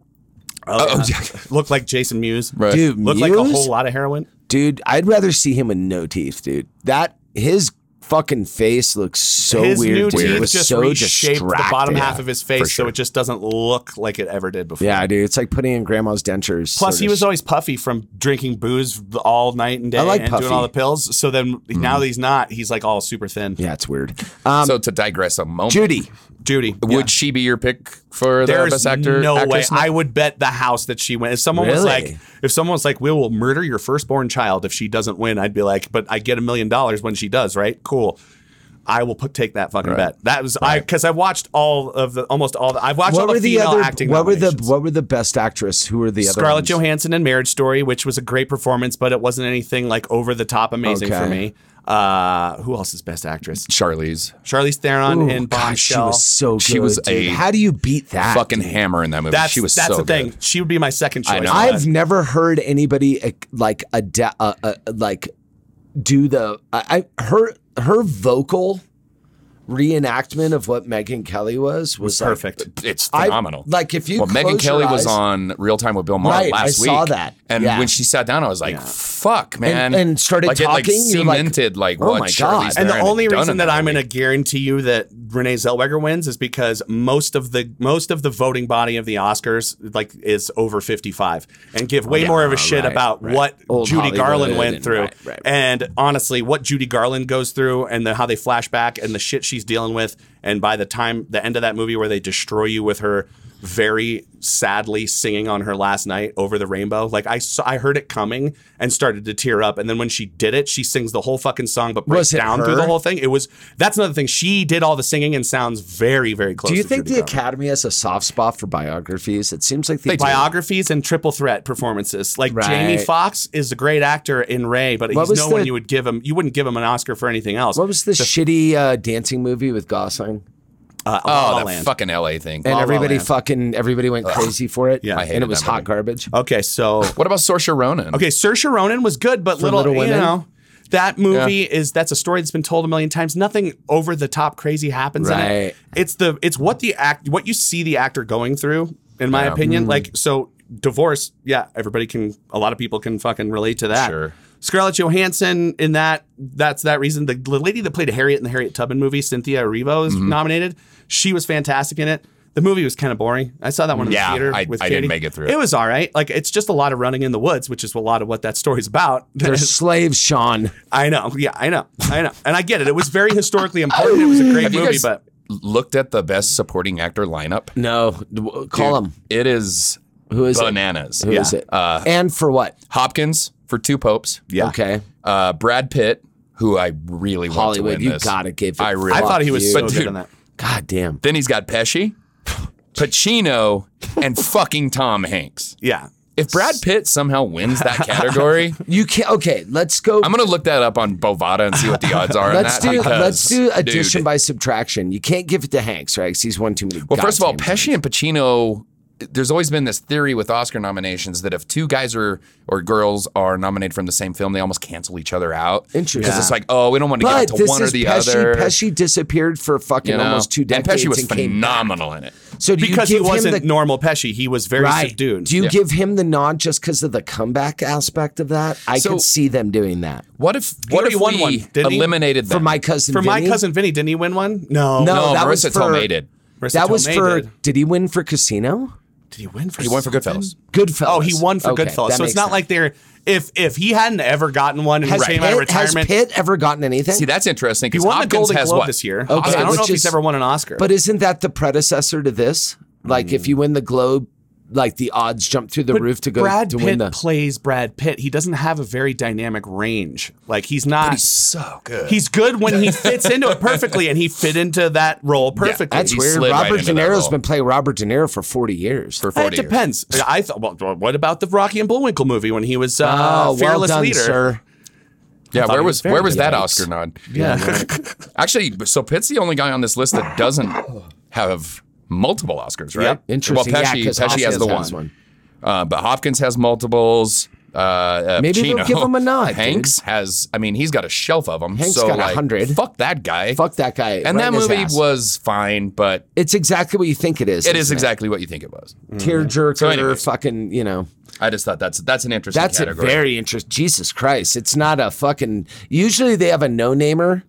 oh, looked like Jason Mewes.
Right.
Dude,
Looked like a
Muse?
whole lot of heroin.
Dude, I'd rather see him with no teeth, dude. That his fucking face looks so
his
weird.
new
dude.
teeth
it was
just
so
reshaped the bottom
distracting.
half of his face,
sure.
so it just doesn't look like it ever did before.
Yeah, dude. It's like putting in grandma's dentures.
Plus,
sort
he
of
was always puffy from drinking booze all night and day
I like
and
puffy. Mm.
doing all the pills. So then now that he's not, he's like all super thin.
Yeah, it's weird. Um,
so to digress a moment,
Judy.
Judy,
would she be your pick for the
There's
best actor?
no way.
actress?
I would bet the house that she went. If someone was
Really?
like, if someone was like, we will murder your firstborn child if she doesn't win, I'd be like, but I get a million dollars when she does, right? Cool. I will put take that fucking bet. That was I because I watched all of the almost all. The, I've watched
What
all the
were the
female
other?
acting.
What were the?
nominations.
What were the best actress? Who were the other?
Scarlett
ones?
Johansson in Marriage Story, which was a great performance, but it wasn't anything like over the top amazing
Okay.
for me. Uh, who else is best actress?
Charlie's
Charlize Theron
Ooh,
in
God, she
Bombshell.
was so good.
She was
dude.
a
How do you beat that?
fucking
Ah, dude?
hammer in that movie.
that's
she was
that's
so
the thing.
good.
She would be my second choice.
I know.
I've never heard anybody eh, like a uh, uh, like do the I, I her her vocal reenactment of what Megan Kelly was was, like-
perfect.
It's
I-
phenomenal.
like if you
well, Megan
close your
Kelly was
eyes-
on Real Time with Bill Maher
Right, I
last week.
saw that.
and
Yeah.
when she sat down, I was like, "Fuck, man!"
and started
like, It,
talking,
like
you're like,
cemented, like,
"Oh
what
my
Charlize
God."
And the
Theron had
only
done
reason
in
that I'm
movie.
going to guarantee you that Renee Zellweger wins is because most of the most of the voting body of the Oscars like is over 55 and give way more of a shit
Oh, right,
about what
Old
Judy
Hollywood
Garland
and-
went through.
right, right, right.
And honestly, what Judy Garland goes through and the, how they flash back and the shit she's dealing with and by the time the end of that movie where they destroy you with her very sadly singing on her last night over the rainbow like i saw i heard it coming and started to tear up and then when she did it she sings the whole fucking song but breaks
Was it
down
her?
through the whole thing. It was that's another thing. She did all the singing and sounds very, very close.
Do you
to
think
Judy
the
Garland.
Academy has a soft spot for biographies? It seems like the
biographies and triple threat performances? Like
Right.
Jamie Fox is a great actor in Ray, but
What
he's
was
no
the-
one you would give him. You wouldn't give him an Oscar for anything else.
What was the, shitty uh, dancing movie with Gosling?
Uh, La La
oh, that
Land.
fucking LA thing.
And
La
everybody
Land.
fucking everybody went crazy for it.
Yeah. I
and
hated
it was
that
hot
movie.
garbage.
Okay, so
what about Saoirse Ronan?
okay, Saoirse Ronan was good, but
For
little,
Little Women?
you know. That movie is that's a story that's been told a million times. Nothing over the top crazy happens in
Right.
it. It's the it's what the act what you see the actor going through, in my opinion.
Mm-hmm.
Like so divorce, yeah, everybody can a lot of people can fucking relate to that.
Sure.
Scarlett Johansson in that that's that reason. The, the lady that played Harriet in the Harriet Tubman movie, Cynthia Erivo, is
Mm-hmm.
nominated. She was fantastic in it. The movie was kind of boring. I saw that one in
Yeah,
the theater
I-
with
I didn't
Katie.
make it through it.
It was all right. Like it's just a lot of running in the woods, which is a lot of what that story's about.
They're slaves, Sean.
I know. Yeah, I know. I know. And I get it. It was very historically important. It was a great
Have you
movie,
guys
but
looked at the best supporting actor lineup?
No, w- call him.
It is
Who is it?
bananas.
Who is it?
Uh,
and for what?
Hopkins for two popes.
yeah.
Okay.
Uh, Brad Pitt, who I really want to
Hollywood,
win
you
this.
gotta give it
I really.
I thought he
Fuck
was
you.
so
But
good
dude,
in that.
God damn.
Then he's got Pesci, Pacino, and fucking Tom Hanks.
Yeah.
If Brad Pitt somehow wins that category,
You can't. Okay, let's go.
I'm gonna look that up on Bovada and see what the odds are. on
let's
that
do
because,
let's do addition
dude,
by subtraction. You can't give it to Hanks, right? 'Cause he's won too many.
Well, first of all,
goddamn-
Pesci and Pacino. There's always been this theory with Oscar nominations that if two guys are or girls are nominated from the same film, they almost cancel each other out.
Interesting.
Because it's like, oh, we don't want to
but
get out to
this
one or
is
the
Pesci.
other.
Pesci disappeared for fucking
you know?
almost two
and
decades
Pesci
and,
was
came back.
phenomenal in it.
So do
Because
you
he
give
wasn't
him the
normal Pesci. He was very
right?
subdued.
Do you
Yeah.
give him the nod just because of the comeback aspect of that? I
So-
could see them doing that.
What if what
already
if
won
we
one, didn't he?
eliminated
For
them?
my cousin,
for my
Vinny?
cousin Vinny, didn't he win one? No.
No.
No,
that was
Marissa
for-
Tomei did.
Marissa
that was
Tomei
for.
Did.
Did. he win for Casino?
Did he win for?
He won for
something?
Goodfellas.
Goodfellas.
Oh, he won for
Okay,
Goodfellas.
that
So it's
makes
not
sense.
like they're if if he hadn't ever gotten one and
Has,
he came out of
Pitt, has
retirement.
Pitt ever gotten anything?
See, that's interesting
he
because
won the
Hopkins
Golden
has
Globe
what
this year.
Okay,
I don't
which
know if
is-
he's ever won an Oscar.
But isn't that the predecessor to this? Like,
Mm.
if you win the Globe, like the odds jump through the
But
roof to go
Brad
to
Pitt
win the.
plays Brad Pitt. He doesn't have a very dynamic range. Like he's not.
He's so good.
He's good when he fits into it perfectly, and he fit into that role perfectly.
that's
He
weird.
slid right
Robert De
into that
Niro's
role.
been playing Robert De Niro for forty years.
for
It
forty. years.
depends. I thought. Well, well, what about the Rocky and Bullwinkle movie when he was uh,
oh, well
fearless
done,
leader?
sir.
Yeah,
thought
where
he
was
was very
where was that
good.
Oscar nod?
Yeah.
Actually, so Pitt's the only guy on this list that doesn't have multiple Oscars, right?
Yep.
Interesting.
Well,
yeah,
Pesci,
'cause
Pesci has
Hopkins
the
has
one, Uh, but Hopkins has multiples. Uh, uh,
Maybe they'll
Pacino.
give him a nod,
Hanks has. I mean, he's got a shelf of them.
Hanks
so,
got a
like,
hundred.
Fuck that guy.
Fuck that guy. right
And that
in his
movie
ass.
was fine, but
It's exactly what you think it is.
it is
isn't
exactly what you think it was.
tearjerker.
So anyways.
fucking, you know.
I just thought that's that's an interesting
That's
category.
a very interesting. Jesus Christ, it's not a fucking. Usually they have a no namer,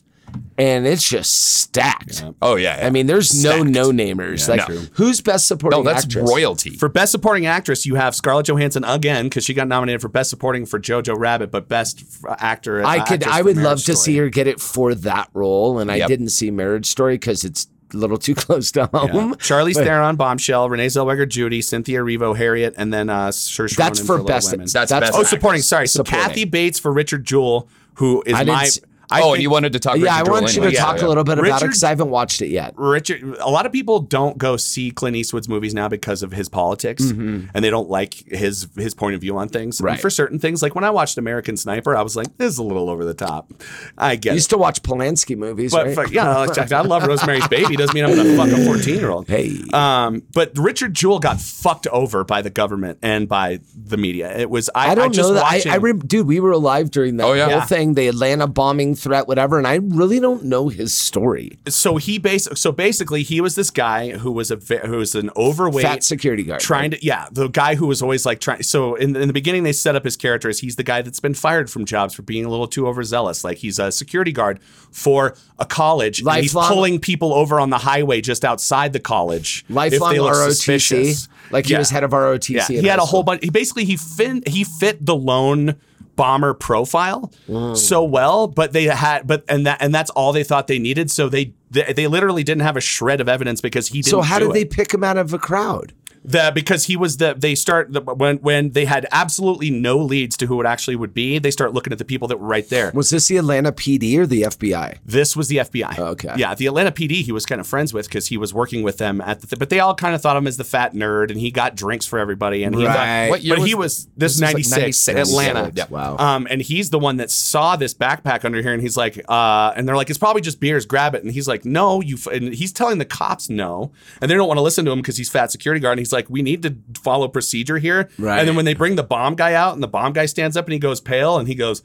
and it's just stacked.
oh yeah, yeah.
I mean, there's
Stacked.
no no namers. like
no.
who's best supporting
no, that's
actress?
royalty.
For best supporting actress, you have Scarlett Johansson again because she got nominated for best supporting for Jojo Rabbit, but best f- actor. uh,
I could. I would love to see her get it for that role, and I
Yep.
didn't see Marriage Story because it's a little too close to home.
Charlize Theron, Bombshell, Renee Zellweger, Judy, Cynthia Erivo, Harriet, and then uh, Saoirse
That's
Ronan
for
Little
best-
Women.
that's,
that's-
best
oh,
actress.
supporting. Sorry, so
Supporting.
Kathy Bates for Richard Jewell, who is
I didn't
my.
s-
I
oh,
think
and you wanted to talk.
yeah,
Richard
I
Jewell
want you to
anyway.
talk
Yeah.
a little bit about it
Richard-
because I haven't watched it yet.
Richard, a lot of people don't go see Clint Eastwood's movies now because of his politics, and they don't like his his point of view on things. And
Mm-hmm. Right.
for certain things, like when I watched American Sniper, I was like, "This is a little over the top." I get
You
it.
used to watch Polanski movies,
But
right?
fuck, yeah, like, I love Rosemary's Baby. Doesn't mean I'm gonna fuck a 14 year old.
Hey.
um, but Richard Jewell got fucked over by the government and by the media. It was I,
I don't
just
know that. I,
watching-
I rem- dude, we were alive during that
Oh, yeah.
whole
Yeah.
thing, the Atlanta bombing threat, whatever. And I really don't know his story.
so he base so basically he was this guy who was a ve- who was an overweight
Fat security guard.
trying to yeah the guy who was always like trying so in, in the beginning they set up his character as he's the guy that's been fired from jobs for being a little too overzealous like he's a security guard for a college and he's
Lifelong-
pulling people over on the highway just outside the college if
Lifelong
they look
ROTC.
suspicious.
Like he
Yeah.
was head of ROTC.
yeah
in
he had
high
a whole
school.
bunch he basically he fit he fit the lone bomber profile
Mm.
so well but they had but and that and that's all they thought they needed so they they, they literally didn't have a shred of evidence because he didn't
So how
do
did
it.
they pick him out of a crowd?
The because he was the they start the, when when they had absolutely no leads to who it actually would be. They start looking at the people that were right there.
Was this the Atlanta PD or the FBI?
This was the FBI.
Oh, Okay.
Yeah, the Atlanta PD. He was kind of friends with because he was working with them at the. Th- but they all kind of thought him as the fat nerd, and he got drinks for everybody. And he
Right.
thought,
What year
but
was-
he was this,
was like
ninety six
96.
Atlanta.
Yeah.
Wow.
Um, and he's the one that saw this backpack under here, and he's like, uh, and they're like, it's probably just beers, grab it. And he's like, no, you. F-, and he's telling the cops no, and they don't want to listen to him because he's fat security guard. And he's like, we need to follow procedure here.
Right.
And then when they bring the bomb guy out, and the bomb guy stands up, and he goes pale, and he goes.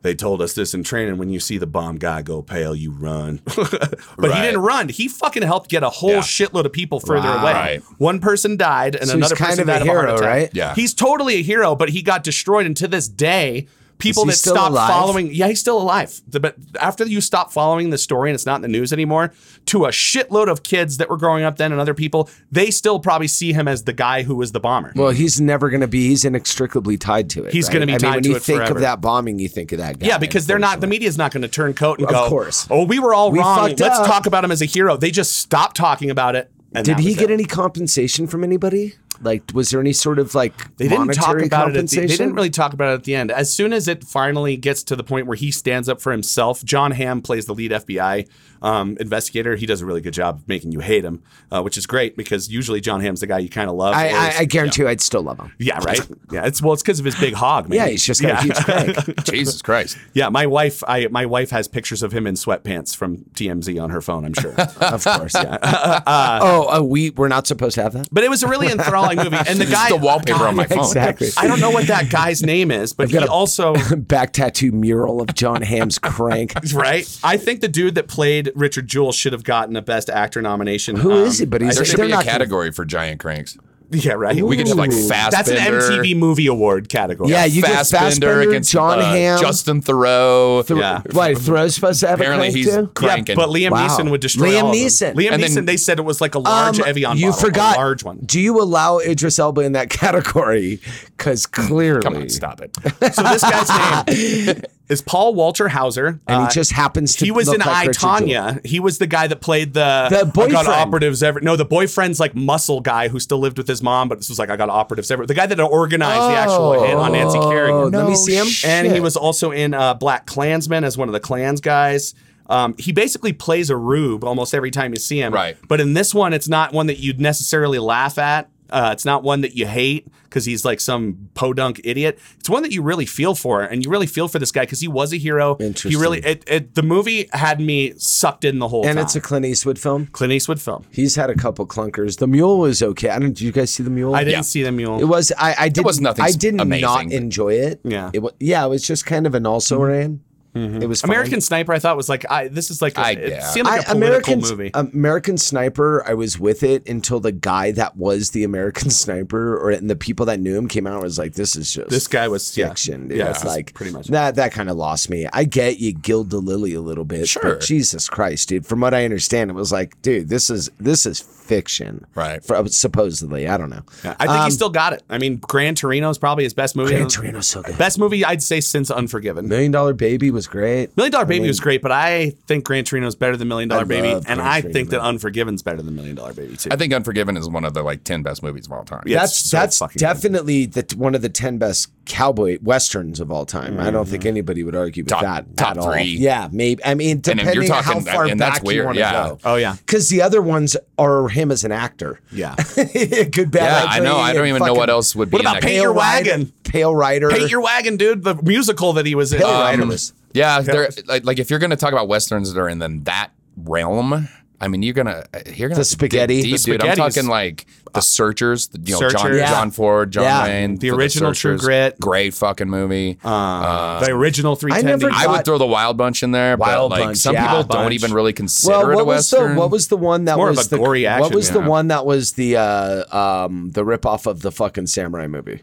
They told us this in training. When you see the bomb guy go pale, you run. but
Right.
he didn't run. He fucking helped get a whole
Yeah.
shitload of people further
Wow.
away.
Right.
One person died, and
So he's
another
kind
person
of a
died of a heart
hero,
attack.
right?
Yeah.
He's totally a hero, but he got destroyed. And to this day, people
he
that
still
stop
alive?
following, yeah, he's still alive. The- But after you stop following the story and it's not in the news anymore, to a shitload of kids that were growing up then and other people, they still probably see him as the guy who was the bomber.
Well, he's never going to be. He's inextricably tied to it.
He's
right?
gonna be
I mean,
tied
when
to
you
it
think of
forever.
that bombing, you think of that guy.
yeah, because they're not. The media's not going to turn coat and
Of
go.
course.
Oh, we were all
We
wrong.
fucked
Let's
up."
talk about him as a hero. They just stopped talking about it. and
Did
that
he
was
get
it.
any compensation from anybody? Like, was there any sort of like
They didn't talk
monetary
about it. At the,
compensation?
they didn't really talk about it at the end. As soon as it finally gets to the point where he stands up for himself, John Hamm plays the lead FBI um, investigator. He does a really good job of making you hate him, uh, which is great because usually John Hamm's the guy you kind of love.
I,
or
I,
is-
I guarantee you, I'd still love him.
yeah, right. Yeah, it's well, it's because of his big hog, man.
Yeah, he's just got a
Yeah.
huge peg.
Jesus Christ.
Yeah, my wife, I my wife has pictures of him in sweatpants from TMZ on her phone. I'm sure.
Of course. Yeah. oh, uh, we we're not supposed to have that.
But it was a really enthralling movie, and the
It's
guy
the wallpaper on my phone.
Exactly.
I don't know what that guy's name is, but he
got a-
also
Back tattoo mural of John Hamm's crank.
right? I think the dude that played Richard Jewell should have gotten a Best Actor nomination.
Who
Who is
is he? But he's-
There
They're
should be a
not gonna-
category for giant cranks.
Yeah, right.
We could just like fast.
That's an MTV movie award category.
Yeah, you get
Fassbender
Fassbender,
against
John
uh,
Hamm.
Justin Thoreau.
Th-
Yeah.
Why, Throw's supposed to have
Apparently
a crank
he's
too?
Yeah,
cranking.
but Liam
Wow.
Neeson would destroy
Liam
all of them.
Neeson.
Liam
And
Neeson.
then-
they said it was like a large
Um,
Evian.
You
bottle,
forgot
a large one.
Do you allow Idris Elba in that category? Because clearly,
come on, stop it.
So this guy's name is Paul Walter Hauser,
and
Uh,
he just happens to.
he was
look
in
like
I
Richard Jewell.
Tanya. He was the guy that played the,
The
I got
boyfriend.
operatives ever. No, the boyfriend's like muscle guy who still lived with his mom, but this was like I got operatives ever. The guy that organized the actual hit on Nancy Kerrigan.
Oh, Let
No
me see him.
shit.
And he was also in uh, Black Klansman as one of the Klans guys. Um, he basically plays a rube almost every time you see him.
Right.
But in this one, it's not one that you'd necessarily laugh at. Uh, it's not one that you hate because he's like some podunk idiot. It's one that you really feel for, and you really feel for this guy because he was a hero. He
Interesting.
really, it, it, the movie had me sucked in the whole
and
time.
it's a Clint Eastwood film.
Clint Eastwood film.
He's had a couple clunkers. The Mule was okay. I don't. Did you guys see the Mule?
I didn't see the mule.
It was. I. I did.
was nothing
I did
amazing,
not
but-
enjoy it.
Yeah. Mm-hmm.
It was. Yeah. It was just kind of an also ran. It was fine.
American Sniper. I thought was like, I, this is like, a,
I-
it
yeah.
seemed like a
I-
political
American,
movie.
American Sniper, I was with it until the guy that was the American Sniper or and the people that knew him came out and was like, this is just
This guy was- yeah.
fiction. dude."
Yeah,
it's
this is
like
pretty much it.
that that kind of lost me. I get you gild the lily a little bit.
Sure.
But Jesus Christ, dude. From what I understand, it was like, dude, this is this is fiction.
Right.
For, supposedly. I don't know.
Yeah, I think he still got it. I mean, Gran Torino is probably his best movie.
um, Gran Torino's so good.
Best movie I'd say since Unforgiven.
Million Dollar Baby was great.
Million Dollar Baby was great, but I think Gran Torino is better than Million Dollar Baby,
love
and
Gran
I
Torino.
think that Unforgiven's better than Million Dollar Baby too.
I think Unforgiven is one of the like ten best movies of all time.
Yeah.
that's
It's so
that's
fucking good.
definitely the one of the ten best cowboy westerns of all time. I don't think anybody would argue with
Mm-hmm. Top-
that
top
at all.
three.
Yeah, maybe. I mean,
And if
depending
you're
on how
talking-
far
and that's
back you
weird,
want to
yeah.
go.
Oh, yeah.
because the other ones are him as an actor.
yeah.
Good
Yeah,
bad.
I
Ugly
know. I don't
and
even know what
fucking
else would be.
What
in
about
that-
Paint Your
Rider-
Wagon?
Pale Rider,
Paint Your Wagon, dude. The musical that he was in.
Pale
Um,
Rider was
Yeah, they're, like, like if you're gonna talk about westerns that are in then that realm, I mean you're gonna uh, you're gonna
The spaghetti.
Deep,
The
dude, I'm
spaghetti's-
talking like the Searchers, the, you know John,
Searchers. Yeah.
John Ford, John
Yeah.
Wayne,
The
for
original True
Searchers.
Grit.
great fucking movie.
Um,
the original three.
I never
I would
God.
throw the Wild Bunch in there,
Wild
but like
Bunch,
some
yeah.
people
Wild
don't
Bunch.
even really consider
Well,
it a
what was the
western.
what was the one that
More of
was
a
the
gory
What
action,
was the
yeah.
one that was the uh, um, the ripoff of the fucking samurai movie?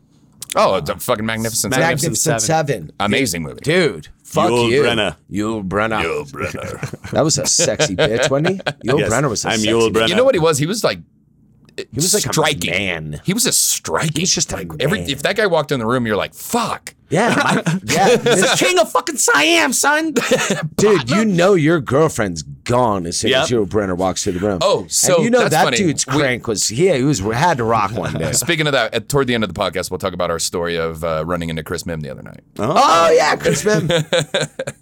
oh, it's a fucking magnificent. Magnificent.
Magnificent Seven.
Seven.
Amazing movie.
Dude, fuck
Yul
you.
Brynner.
Yul Brenner. That was a sexy bitch, wasn't he? Yul
Yes,
Brenner was a
I'm
sexy
Yul
bitch.
Brynner.
You know what he was? He was like
He was like
striking.
a man.
He was a striking.
He's just a
like every
man.
if that guy walked in the room, you're like fuck.
Yeah. my- yeah. Miss-
King of fucking Siam, son.
dude, you know your girlfriend's gone as soon as
Yep.
Yul Brenner walks through the room.
Oh, so
and you know
that's
that
funny.
dude's
We-
crank was yeah, he was had to rock one day.
Speaking of that, at, toward the end of the podcast, we'll talk about our story of uh, running into Chris Mim the other night.
oh yeah, Chris Mim.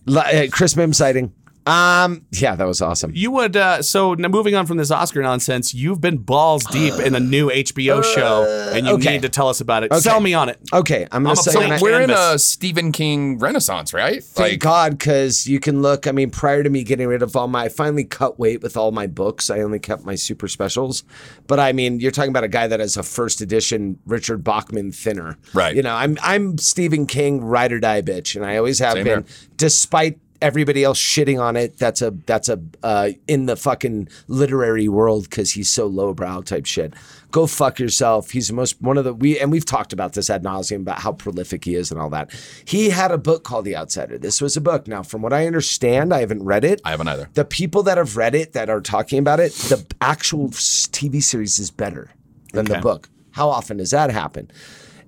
Li- uh, Chris Mim sighting. Um, yeah, that was awesome.
You would. Uh, so now moving on from this Oscar nonsense, you've been balls deep in a new HBO show, and you
Uh, okay.
need to tell us about it.
Okay.
Sell me on it.
Okay, I'm
I'm
gonna
a
say
plant
and I-
We're in a
Canvas.
Stephen King renaissance, right?
Thank God, because you can look. I mean, prior to me getting rid of all my, I finally cut weight with all my books. I only kept my super specials. But I mean, you're talking about a guy that has a first edition Richard Bachman thinner,
Right.
You know, I'm I'm Stephen King ride or die bitch, and I always have
Same
been,
here.
despite everybody else shitting on it. That's a that's a uh, in the fucking literary world because he's so lowbrow type shit. Go fuck yourself. He's the most one of the we and we've talked about this ad nauseum about how prolific he is and all that. He had a book called The Outsider. This was a book. Now, from what I understand, I haven't read it.
I haven't either.
The people that have read it that are talking about it, the actual s- TV series is better than the book. How often does that happen?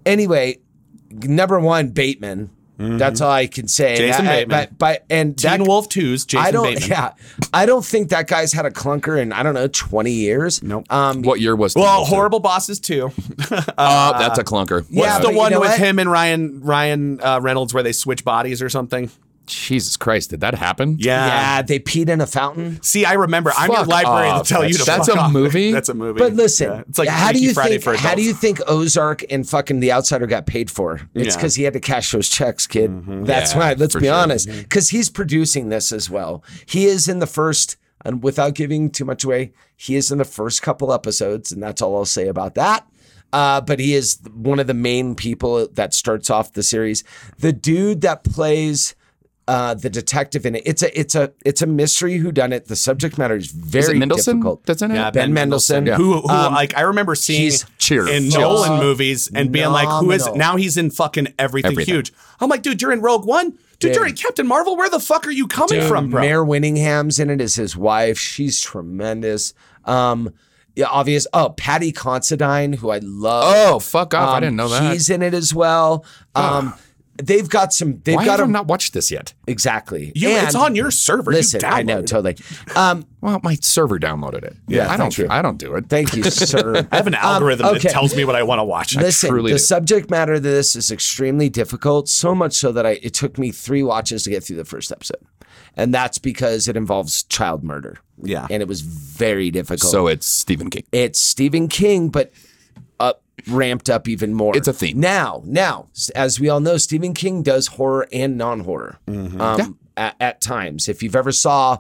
Anyway, number one, Bateman. That's all I can say.
Mm-hmm. Jason
And I- I-
Bateman.
But, but and
Teen
that,
Wolf 2's Jason
I don't.
Bateman.
Yeah, I don't think that guy's had a clunker in I don't know twenty years.
Nope.
Um,
What year was?
Well,
Teen Wolf two?
horrible bosses too.
Oh, that's a clunker.
Yeah,
What's
but
the
you
one
know
with
what?
him and Ryan Ryan uh, Reynolds where they switch bodies or something?
Jesus Christ, did that happen?
yeah, they peed in a fountain.
See, I remember. I'm your
Fuck
library
off.
to tell you to
That's
fuck
a
off.
movie?
That's a movie.
But listen,
Yeah. it's like
how do
Freaky
you
Friday for
think? How do you
adults.
think Ozark and fucking The Outsider got paid for? It's
Yeah. Mm-hmm.
because he had to cash those checks, kid. That's
Yeah,
right. Let's
for
be
sure.
honest, because he's producing this as well. He is in the first, and without giving too much away, he is in the first couple episodes, and that's all I'll say about that. Uh, but he is one of the main people that starts off the series. The dude that plays uh, the detective in it. It's a it's a it's a mystery who done it. The subject matter is
Is
very
it Mendelsohn
difficult.
that's in it?
Yeah,
Ben,
Uh, Ben
Mendelsohn, Um,
Who, who like I remember seeing
he's cheers.
in
Cheers.
Nolan movies and being like, "Who is
Phenomenal.
now?" He's in fucking everything,
Everything.
huge. I'm like, dude, you're in Rogue One, dude,
Dude.
you're in Captain Marvel. Where the fuck are you coming
Dude,
from, bro?
Mayor Winningham's in it as his wife. She's tremendous. Um, yeah, obvious. Oh, Patty Considine, who I love.
Oh, fuck off. I
Um,
didn't know that.
He's in it as well. Um, they've got some. They've
Why
got
have I
them
not watched this yet?
exactly.
you, it's
And-
on your server.
Listen,
you
I know
downloaded it.
totally. Um,
Well, my server downloaded it.
Yeah,
I
thank
don't.
you.
I don't do it.
thank you, sir.
I have an algorithm
Um, okay.
that tells me what I want to watch.
Listen,
truly
the
do.
subject matter of this is extremely difficult, so much so that I it took me three watches to get through the first episode, and that's because it involves child murder.
Yeah.
and it was very difficult.
So it's Stephen King.
it's Stephen King, but up ramped up even more.
It's a theme.
now. Now, s- as we all know, Stephen King does horror and non-horror
Mm-hmm.
um, at, at times. If you've ever saw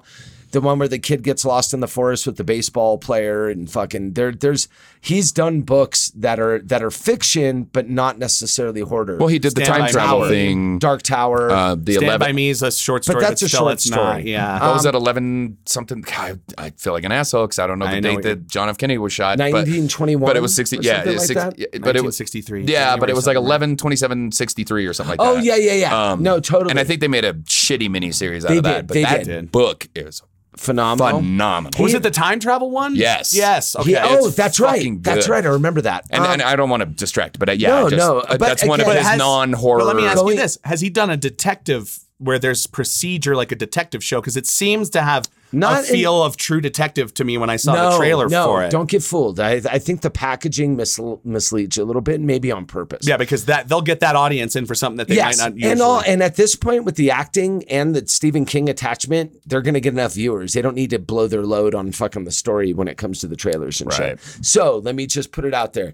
the one where the kid gets lost in the forest with the baseball player and fucking there, there's he's done books that are that are fiction but not necessarily horror.
Well, he did the
Stand
time
by
travel
Me.
thing.
Dark Tower.
Uh, the
Stand by
eleven.
Me is a short
But
story,
that's a
still
short
it's not.
story. Um,
Yeah,
What was that? Eleven something. God, I feel like an asshole because I don't know the
I know
date
what
that John F. Kennedy was shot. but-
1921
But it was sixty.
or
Yeah,
something
it's
like
six-
that?
yeah, but it was
1963,
Yeah, but
January
it was like
something.
11, 27, 63 or something like
Oh,
that. Um,
yeah, yeah, yeah. No, totally.
And I think they made a shitty miniseries out
They
of that.
did,
But
they
that
did.
book is
phenomenal.
phenomenal.
Was it the time travel one?
Yes.
Yes. Okay.
He- oh,
it's
that's right.
fucking
That's
good.
right. I remember that.
and,
Um,
and I don't want to distract, but uh, yeah,
No,
I just,
no,
uh,
but
that's one
again-
of
But
his
has-
non-horror.
But let me ask
Going-
you this: Has he done a detective where there's procedure like a detective show? Because it seems to have
Not
a
in-
feel of True Detective to me when I saw the trailer
no,
for it.
Don't get fooled. I, I think the packaging mis- misleads you a little bit, maybe on purpose.
yeah, because that they'll get that audience in for something that they
yes,
might not. Usually.
and all, and at this point with the acting and the Stephen King attachment, they're going to get enough viewers. They don't need to blow their load on fucking the story when it comes to the trailers and
Right.
shit. So let me just put it out there: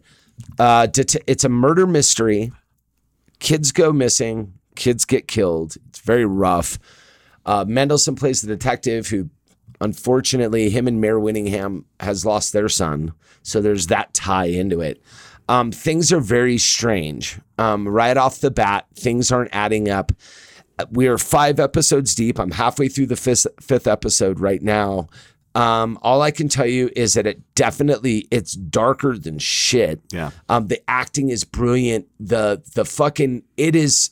uh, det- it's a murder mystery. Kids go missing. Kids get killed. It's very rough. Uh, Mendelsohn plays the detective who, unfortunately, him and Mayor Winningham has lost their son. So there's that tie into it. Um, things are very strange. Um, right off the bat, things aren't adding up. We are five episodes deep. I'm halfway through the fifth, fifth episode right now. Um, all I can tell you is that it definitely it's darker than shit.
Yeah.
Um, the acting is brilliant. The the fucking it is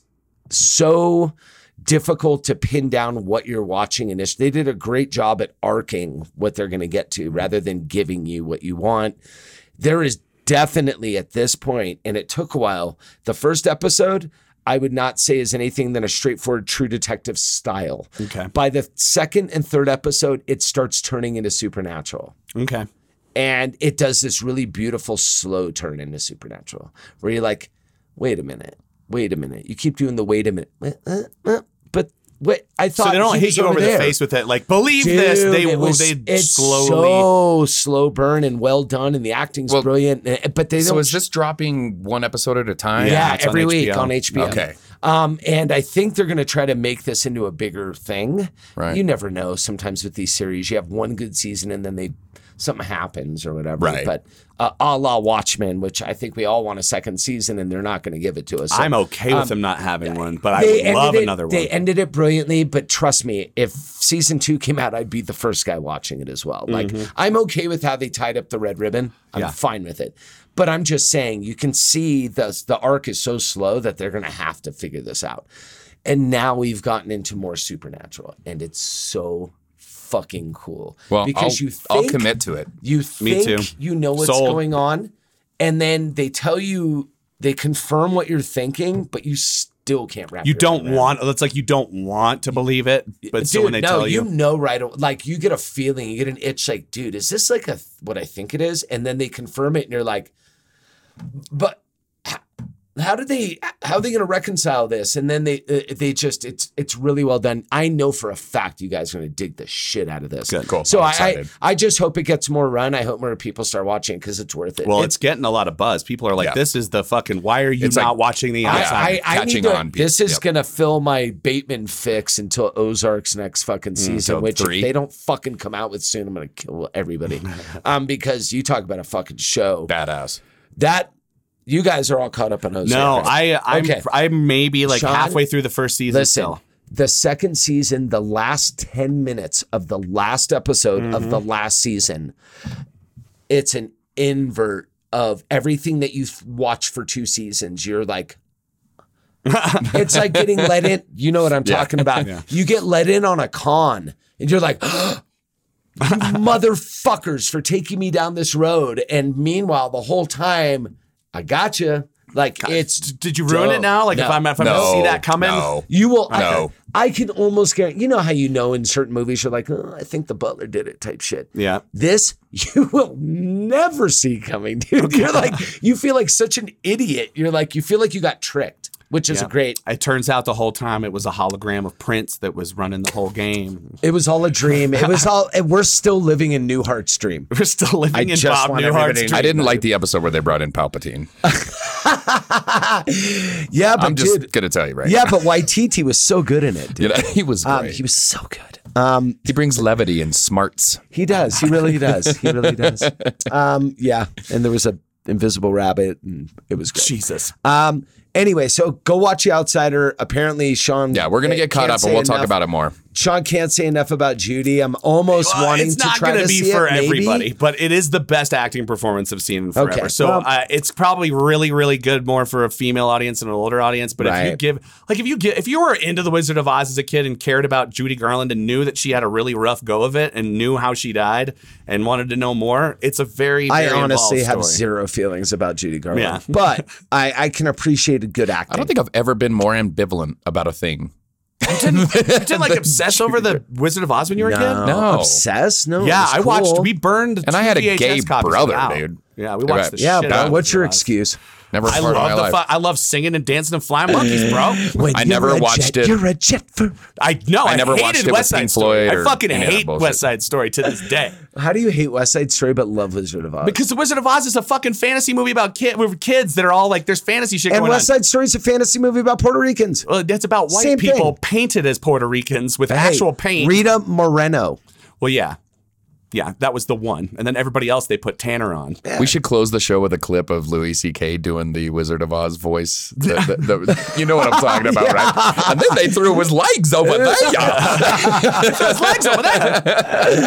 so difficult to pin down what you're watching initially. They did a great job at arcing what they're going to get to rather than giving you what you want. There is definitely at this point, and it took a while. The first episode, I would not say is anything than a straightforward true detective style.
Okay.
By the second and third episode, it starts turning into supernatural
okay.
and it does this really beautiful slow turn into supernatural where you're like wait a minute wait a minute you keep doing the wait a minute wait, uh, uh, but wait i
So
thought
they don't
he
hit
was
you over
there.
the face with it. Like believe
Dude,
this. They
it
will.
was-
They
it's
slowly.
so slow burn and well done and the acting's
Well,
brilliant and- but they
So
don't
is this dropping one episode at a time?
yeah,
it's on
every week
HBO.
on HBO.
Okay.
Um, and I think they're going to try to make this into a bigger thing.
Right.
You never know. Sometimes with these series, you have one good season and then they something happens or whatever.
Right.
But uh, a la Watchmen, which I think we all want a second season, and they're not going to give it to us. So
I'm okay with them not having one, but I
um, they
would love
ended it-
another one.
They ended it brilliantly, but trust me, if season two came out, I'd be the first guy watching it as well. Like I'm okay with how they tied up the red ribbon.
Mm-hmm.
I'm
Yeah.
fine with it. But I'm just saying, you can see the the arc is so slow that they're gonna have to figure this out. And now we've gotten into more supernatural, and it's so fucking cool.
Well, I'll,
because you
I'll
think
commit to it.
you
Me
think
too.
you know what's
Sold.
going on, and then they tell you they confirm what you're thinking, but you still can't wrap.
you
your
don't
head around it.
want. It's like you don't want to believe it, but so when they
Dude, no,
tell you,
know right away. Like you get a feeling, you get an itch. Like, dude, is this like a what I think it is? And then they confirm it, and you're like, but h- how did they? How are they going to reconcile this? And then they uh, they just it's it's really well done. I know for a fact you guys are going to dig the shit out of this.
Good.
Cool.
So
I'm
I, I
excited.
I just hope it gets more run. I hope more people start watching because it's worth it.
well, it's getting a lot of buzz. People are like,
Yeah.
"This is the fucking. Why are you
It's like-
not watching the
I-
outside?"
I, I,
catching
need to,
on, people.
This is
Yep.
gonna fill my Bateman fix until Ozark's next fucking season.
until
which
three.
if they don't fucking come out with soon, I'm gonna kill everybody. um, because you talk about a fucking show
Badass.
that you guys are all caught up on Ozark.
No,
right?
I I'm
Okay.
I'm maybe like
Sean,
halfway through the first season
listen.
still.
the second season, the last 10 minutes of the last episode of
Mm-hmm.
the last season, it's an invert of everything that you've watched for two seasons. You're like, it's like getting let in. You know what I'm talking about. You get let in on a con and you're like, you motherfuckers for taking me down this road. And meanwhile, the whole time, I gotcha. Like it's
Did you ruin it
dope.
now? Like if
No.
I'm if I'm gonna
No,
see that coming,
no.
You will. I-
No.
I, can almost guarantee. You know how you know in certain movies you're like, oh, I think the butler did it type shit.
Yeah.
This you will never see coming, dude. You're like, you feel like such an idiot. You're like, you feel like you got tricked, which is a great.
It turns out the whole time it was a hologram of Prince that was running the whole game.
It was all a dream. It was all. and we're still living in Newhart's dream.
We're still living
I
in
just
Bob
want
Newhart's
everybody to-
dream.
I didn't like the episode where they brought in Palpatine.
Yeah, but
I'm just
dude.
gonna tell you right.
Yeah, but Waititi was so good in it. Dude.
now. You know, he was great.
Um,
he,
he was so good. Um,
brings levity and smarts.
he does. He really does. He really does. Um, yeah, and there was a invisible rabbit, and it was great.
Jesus.
Um. Anyway, so go watch The Outsider. Apparently, Sean.
Yeah, we're gonna get caught
can't
up and
say
we'll talk
enough-
about it more.
Sean can't say enough about Judy. I'm almost
Well,
wanting
it's
to
not
try
gonna
to
be
see
for
it, maybe.
everybody, but it is the best acting performance I've seen in forever.
Okay,
So
well-
uh, it's probably really, really good more for a female audience and an older audience. But if you
Right.
give, like, if you give, if you were into the Wizard of Oz as a kid and cared about Judy Garland and knew that she had a really rough go of it and knew how she died and wanted to know more, it's a very, very
I honestly
involved
have
story.
zero feelings about Judy Garland,
Yeah.
but I, I can appreciate a good acting.
I don't think I've ever been more ambivalent about a thing.
You didn't like obsess over the Wizard of Oz when you were a kid.
no,
No.
obsessed. No, it
Yeah,
was
I watched.
cool.
We burned
And I had a
two VHS
gay
copies of
brother,
Wow.
dude.
Yeah, we watched
Right.
the
yeah,
shit out
but
of
what's
Wizard
your
of Oz.
excuse?
Never a
I
part of my
love the
life.
fu- I love singing and dancing and flying monkeys, bro.
When
I
you're
never
a
watched
jet,
it.
You're a jet for.
I know. I,
never
hated
watched it with
West Side
Pink
Story.
Floyd
I
or
fucking
any of that
hate
bullshit.
West Side Story to this day
How do you hate West Side Story but love Wizard of Oz?
because The Wizard of Oz is a fucking fantasy movie about kid with kids that are all like there's fantasy shit
and
going
West
on.
Side Story is a fantasy movie about Puerto Ricans.
Well, that's about white
Same
people
thing.
painted as Puerto Ricans with
Hey,
actual paint.
Rita Moreno.
well, yeah, yeah, that was the one, and then everybody else they put Tanner on.
We should close the show with a clip of Louis C.K. doing the Wizard of Oz voice. The- the- the- you know what I'm talking about, right? And then they threw his legs over there.
his legs over there.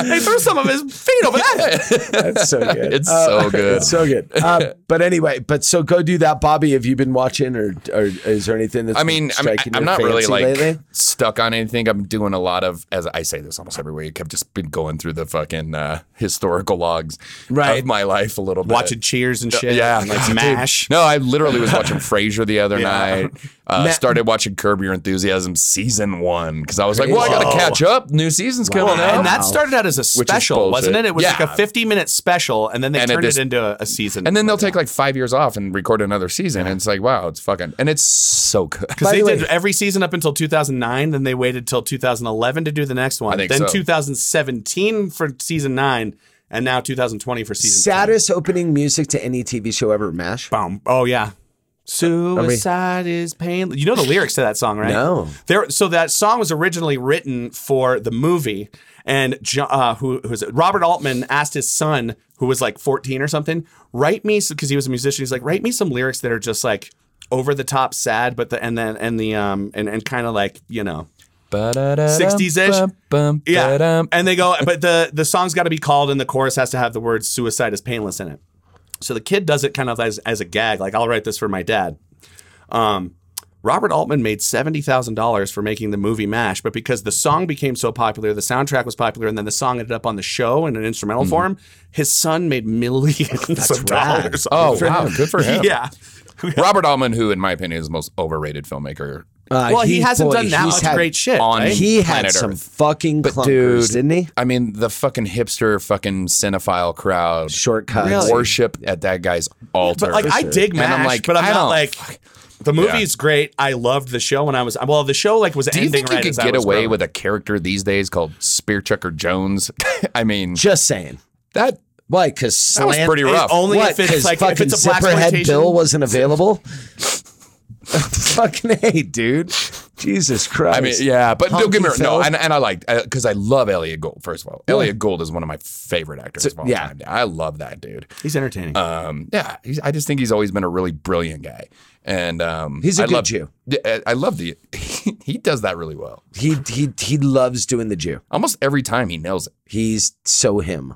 they threw some of his feet over there.
That's so good. Uh,
It's so good.
It's so good. Uh, but anyway, but so go do that, Bobby. Have you been watching, or or is there anything that's
I mean,
been
I mean,
striking
I- I'm
your
not really
fancy
like
lately?
stuck on anything. I'm doing a lot of, as I say this almost every week, I've just been going through the fucking uh, historical logs
Right.
of my life a little bit.
Watching Cheers and shit.
Yeah,
and, like
dude.
Mash.
No, I literally was watching Frasier the other
Yeah.
night. Uh,
Ma-
started watching Curb Your Enthusiasm season one because I was like, well, I got
Whoa.
to catch up. New season's coming out.
And that
Wow.
started out as a
Which is
special, wasn't it?
bullshit.
It was like
Yeah.
a 50 minute special, and then they
And it
turned it,
just-
into a, a season.
And then they'll take like five years off and record another season. And it's like, wow, it's fucking, and it's so good.
because
By
they
the
did
way-
every season up until 2009. Then they waited till 2011 to do the next one.
I think
then
so.
2017 for season nine, and now 2020 for season.
Saddest opening music to any TV show ever, Mash.
ten. Boom. Oh yeah. Suicide is pain. You know the lyrics to that song, right?
No.
There. So that song was originally written for the movie, and Jo- uh, who who is it? Robert Altman asked his son, who was like 14 or something, write me because he was a musician. He's like, write me some lyrics that are just like over the top sad, but the and then and the um and and kind of like you know 60s-ish? yeah. And they go, but the the song's got to be called, and the chorus has to have the word "suicide is painless" in it. So the kid does it kind of as as a gag, like I'll write this for my dad. Um, Robert Altman made seventy thousand dollars for making the movie Mash, but because the song became so popular, the soundtrack was popular, and then the song ended up on the show in an instrumental
Hmm.
form. His son made millions of
rad.
dollars.
Oh,
off of it.
wow. Good for him.
yeah.
Robert Altman, who, in my opinion, is the most overrated filmmaker.
Uh,
Well, he,
he's-
hasn't
boy,
done that
he's
much
had-
great shit.
on-
right?
He had
Planet
some
Earth.
fucking clunkers, didn't he?
I mean, the fucking hipster, fucking cinephile crowd
Shortcuts.
worship at that guy's altar.
But like I dig
And I'm
Mash,
like,
but I'm
I
not
don't-
like the movie's great. I loved the show when I was well. The show like was
Do you
ending
think you
right
could
as I
get
was
away
growing.
with a character these days called Spearchucker Jones? I mean,
Just saying.
that
Why? Because
that was pretty rough.
only
What?
if it's,
'Cause
like, if
fucking
it's a blaxploitation-
Zipperhead Bill wasn't available. fucking hey, dude. Jesus Christ.
I mean, yeah, but don't get me wrong.
Hunky
No,
fellas.
and, and I like because I love Elliot Gould. First of all, Elliot Gould is one of my favorite actors of all
yeah.
time. I love that dude.
He's entertaining.
Um, yeah, he's, I just think he's always been a really brilliant guy, and um,
He's a
I
good
love,
Jew.
Yeah, I- I love the he does that really well.
He he he loves doing the Jew.
Almost every time he nails it.
He's so him.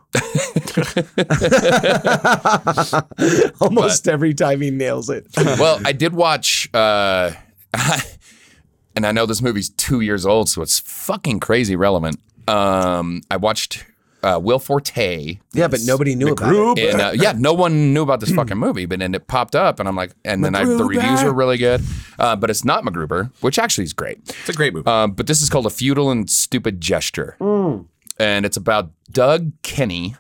Almost every time he nails it.
Well, I did watch, uh, and I know this movie's two years old, so it's fucking crazy relevant. Um, I watched uh, Will Forte.
Yeah, but nobody knew about it.
And uh, yeah, no one knew about this fucking movie, but then it popped up, and I'm like, and then I, the reviews were really good. Uh, but it's not MacGruber, which actually is great.
it's a great movie.
Um, but this is called A Futile and Stupid Gesture.
Mm.
And it's about Doug Kenny,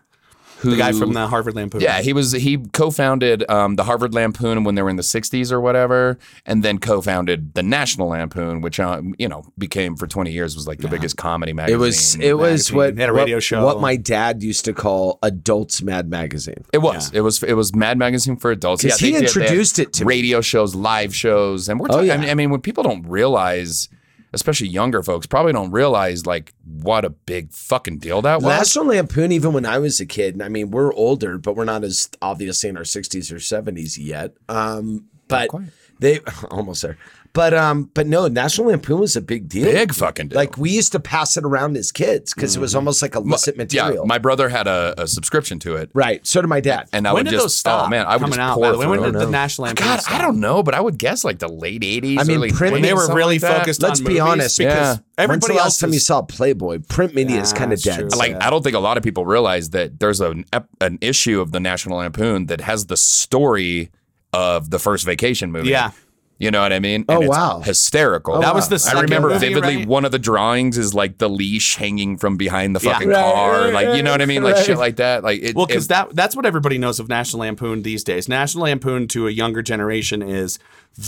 who.
the guy from the Harvard Lampoon.
Yeah, he was he co-founded um, the Harvard Lampoon when they were in the '60s or whatever, and then co-founded the National Lampoon, which uh, you know became for 20 years was like the biggest comedy magazine.
It was it was
magazine.
what
They had a radio
what,
show.
what my dad used to call Adults Mad Magazine.
It was. It was. It was Mad Magazine for adults.
'Cause
they
he
did- they had
introduced it to me. Oh,
radio shows, live shows, and we're. Talking,
yeah.
I, mean, I mean, when people don't realize, especially younger folks, probably don't realize like what a big fucking deal that was.
National Lampoon, even when I was a kid, and I mean, we're older, but we're not as obviously in our 60s or 70s yet. Um, but
quite.
they almost there. But um, but no, National Lampoon was a big deal.
Big fucking deal.
Like we used to pass it around as kids because it was almost like illicit material.
Yeah, Mm-hmm. my brother had a, a subscription to it,
right. So did my dad.
and I
When
would
did
just.
those stop
Oh man, I would
coming
just
out,
pour
by the way? When
through
did
them.
the National Lampoon
God,
stop?
I don't know, but I would guess like the late '80s.
I mean,
early
print-
When they
20s,
were
something
really
like that.
focused
Let's
on
be
movies
honest.
because
Yeah.
When's the
everybody
last
else
time you
is-
saw Playboy? Print media is
Yeah,
kind of
that's
dead.
true.
Like
Yeah.
I don't think a lot of people realize that there's an ep- an issue of the National Lampoon that has the story of the first Vacation movie.
Yeah.
You know what I mean?
Oh,
it's
wow.
Hysterical.
That was the
I
second
remember
movie,
vividly
right?
one of the drawings is like the leash hanging from behind the
Yeah.
fucking
Right,
car.
right,
like you know what I mean? Like
right.
shit like that. Like it,
Well, because
it-
that that's what everybody knows of National Lampoon these days. National Lampoon to a younger generation is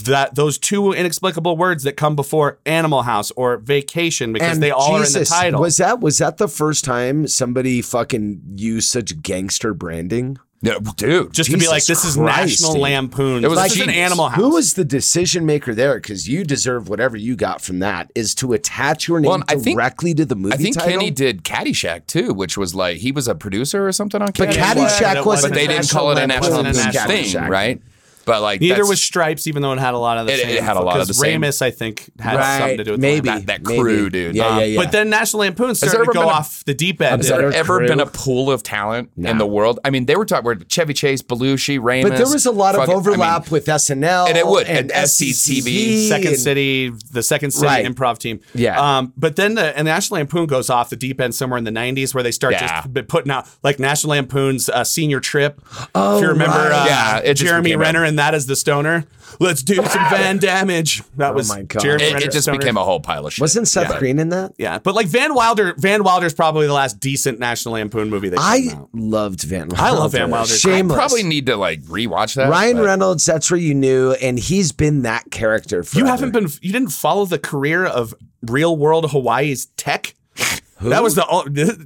that those two inexplicable words that come before Animal House or Vacation because they all are in the
Jesus,
title.
Was that was that the first time somebody fucking used such gangster branding?
no, dude.
just to be
Jesus
like, this is
Christ,
National
dude.
Lampoon.
It was
this is an
genius.
Animal House.
Who was the decision maker there? Because you deserve whatever you got from that. Is to attach your name
Well, and I think-
directly to the movie
I think
title.
Kenny did Caddyshack too, which was like he was a producer or something on
But
Caddyshack.
Caddyshack
Caddyshack
But
wasn't.
but they didn't call it a National
Lampoon.
Lampoon
National
thing,
Lampoon.
right? But like
Neither
that's-
was Stripes, even though it had a lot of the
It-
same.
it had a lot
because
of the same-
Ramis, I think, had
Right,
something to do with
maybe
that.
that
maybe.
crew, dude.
Yeah, yeah, yeah.
But then National Lampoon
there
started
ever
to go
been a-
off the deep end.
Has there
Better
ever
crew.
been a pool of talent in the world? I mean, they were talking where Chevy Chase, Belushi, Raymond.
But there was a lot of overlap with SNL
And it would, and
E SCTV,
E Second
and-
City, the Second City
Right.
improv team.
Yeah.
Um, but then the and National Lampoon goes off the deep end somewhere in the 90s where they start
Yeah.
just b- putting out like National Lampoon's uh, Senior Trip. Oh, if you remember
right.
uh,
Yeah, it just
Jeremy
became a-
Renner and that is the stoner. Let's do some van damage. That was
my God.
Jeremy
Oh it,
Renner
it just
stoner.
became a whole pile of shit.
Wasn't Seth
Yeah.
Green in that?
Yeah, but like Van Wilder, Van Wilder's probably the last decent National Lampoon movie that came
I
out.
loved Van Wilder.
I love Van Wilder.
Shameless.
Probably need to like rewatch that.
Ryan
but-
Reynolds, that's where you knew, and he's been that character for
You haven't been, you didn't follow the career of real world Hawaii's tech. That was the,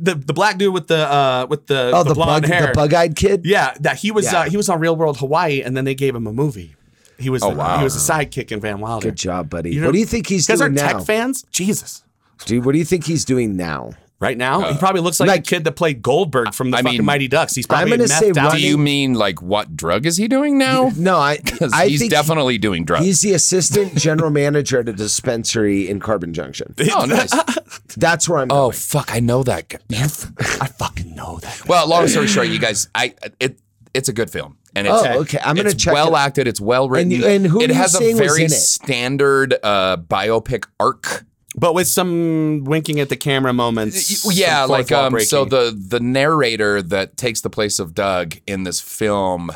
the the black dude with the uh with the,
Oh,
the,
the,
blonde
bug,
hair.
the bug-eyed kid.
Yeah, that he was
Yeah.
Uh, he was on Real World Hawaii, and then they gave him a movie. He was the,
wow.
he was a sidekick in Van Wilder.
Oh, Good job, buddy.
You know-
what do you think he's
You guys
doing
aren't
now,
tech fans, Jesus.
dude? What do you think he's doing now?
Right now, he probably looks like,
like-
a kid that played Goldberg from the
Uh, I
fucking
mean,
Mighty Ducks. He's
I'm
probably
gonna say
methed out.
Do you mean like what drug is he doing now?
No, I,
'Cause
I
he's
think
definitely doing drugs.
he's the assistant general manager at a dispensary in Carbon Junction.
oh, nice.
That's where I'm.
oh
going.
fuck, I know that. guy.
I fucking know that.
Well, long story short, you guys, I it it's a good film, and it's
Oh, okay. I'm gonna
it's
check it
well
out.
acted. It's well written,
And you- and who
it
are you
has a
saying was
very
in it?
standard uh, biopic arc.
but with some winking at the camera moments.
Y- yeah
some fourth
like
wall
um so
breaking.
the the narrator that takes the place of doug in this film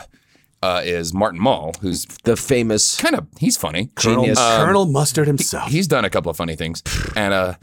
uh, is martin mull who's
the famous
kind of he's funny
Colonel,
um,
genius.
Colonel Mustard himself.
he's done a couple of funny things and uh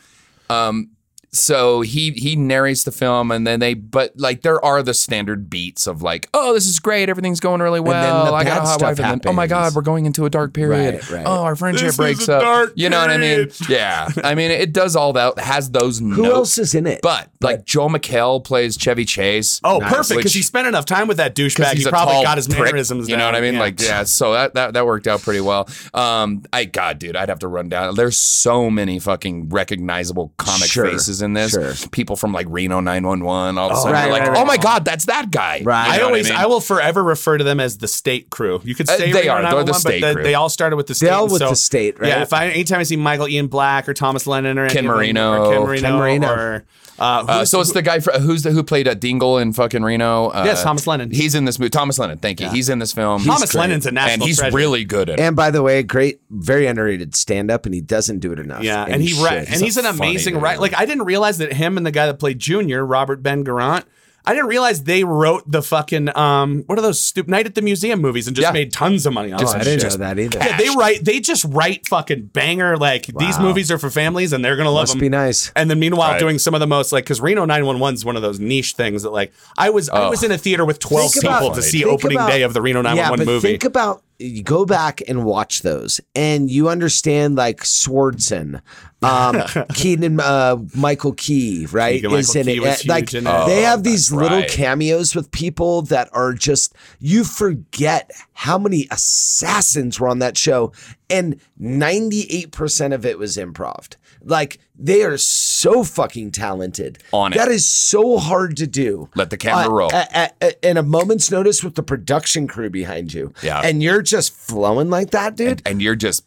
um so he he narrates the film and then they but like there are the standard beats of like oh this is great everything's going really well
the
I got
bad
a hot
stuff
wife and then, oh my god
happens.
we're going into a dark period
Right, right.
oh our friendship
This is
breaks
a
up
dark
you know what I mean
period.
yeah I mean it does all that has those
Um,
Who else is in it?
but like Joel McHale plays Chevy Chase
Oh,
Nice.
perfect.
Which-
Because he spent enough time with that douchebag.
he's
He
a
probably
tall
got his
prick,
mannerisms.
You know what I
down.
mean?
Yeah.
Like, yeah. So that, that that worked out pretty well. Um, I God, dude, I'd have to run down. There's so many fucking recognizable comic
Sure,
faces in this.
sure.
People from like Reno 911. All of a sudden,
right,
you're like,
right, right.
oh my God, that's that guy.
Right.
You
I
know what
always, I,
mean?
will forever refer to them as the state crew. You could
Uh,
say
they
Reno
are. They're the
911,
state
but they-
crew.
They all started with the state.
They all
and
with
so-
the state, right?
Yeah. If I anytime I see Michael Ian Black or Thomas Lennon or any
Ken
of them,
Marino.
or Ken Marino,
Ken Marino.
or uh,
Uh,
who's-
so it's the guy fr- who's the who played a Dingle in fucking Reno. Uh,
Yes, Thomas Lennon.
He's in this movie. Thomas Lennon. Thank you. He's in this film.
Thomas
He's great.
Lennon's a national
and he's
treasure.
really good at it.
And by the way, great, very underrated stand up, and he doesn't do it enough.
Yeah, and, he ri-
should.
and
a
he's an
funny
amazing
dude.
writer. Like I didn't realize that him and the guy that played Junior, Robert Ben Garant, I didn't realize they wrote the fucking um what are those stupid Night at the Museum movies and just
Yeah.
made tons of money on
Oh,
it.
I didn't know that either.
Yeah, they write. They just write fucking banger. Like these movies are for families, and they're gonna love
Must
them.
be nice.
And then meanwhile,
Right.
doing some of the most like because Reno 911 is one of those niche things that like I was I was in a theater with 12
Think
people
about-
to see
think
opening
about-
day of the Reno
yeah,
911
but
movie.
Think about you go back and watch those, and you understand like Swordson, um, Keenan, uh, Michael Key, right?
Keegan-Michael Key was
Uh,
huge
Like
in it. Oh,
they have
that's
these little
right.
cameos with people that are just you forget how many assassins were on that show, and ninety eight percent of it was improv. Like they are so fucking talented.
On it.
that is so hard to do.
Let the camera
Uh,
roll.
a- at, at, in a moment's notice with the production crew behind you.
Yeah.
And you're just flowing like that, dude.
and you're just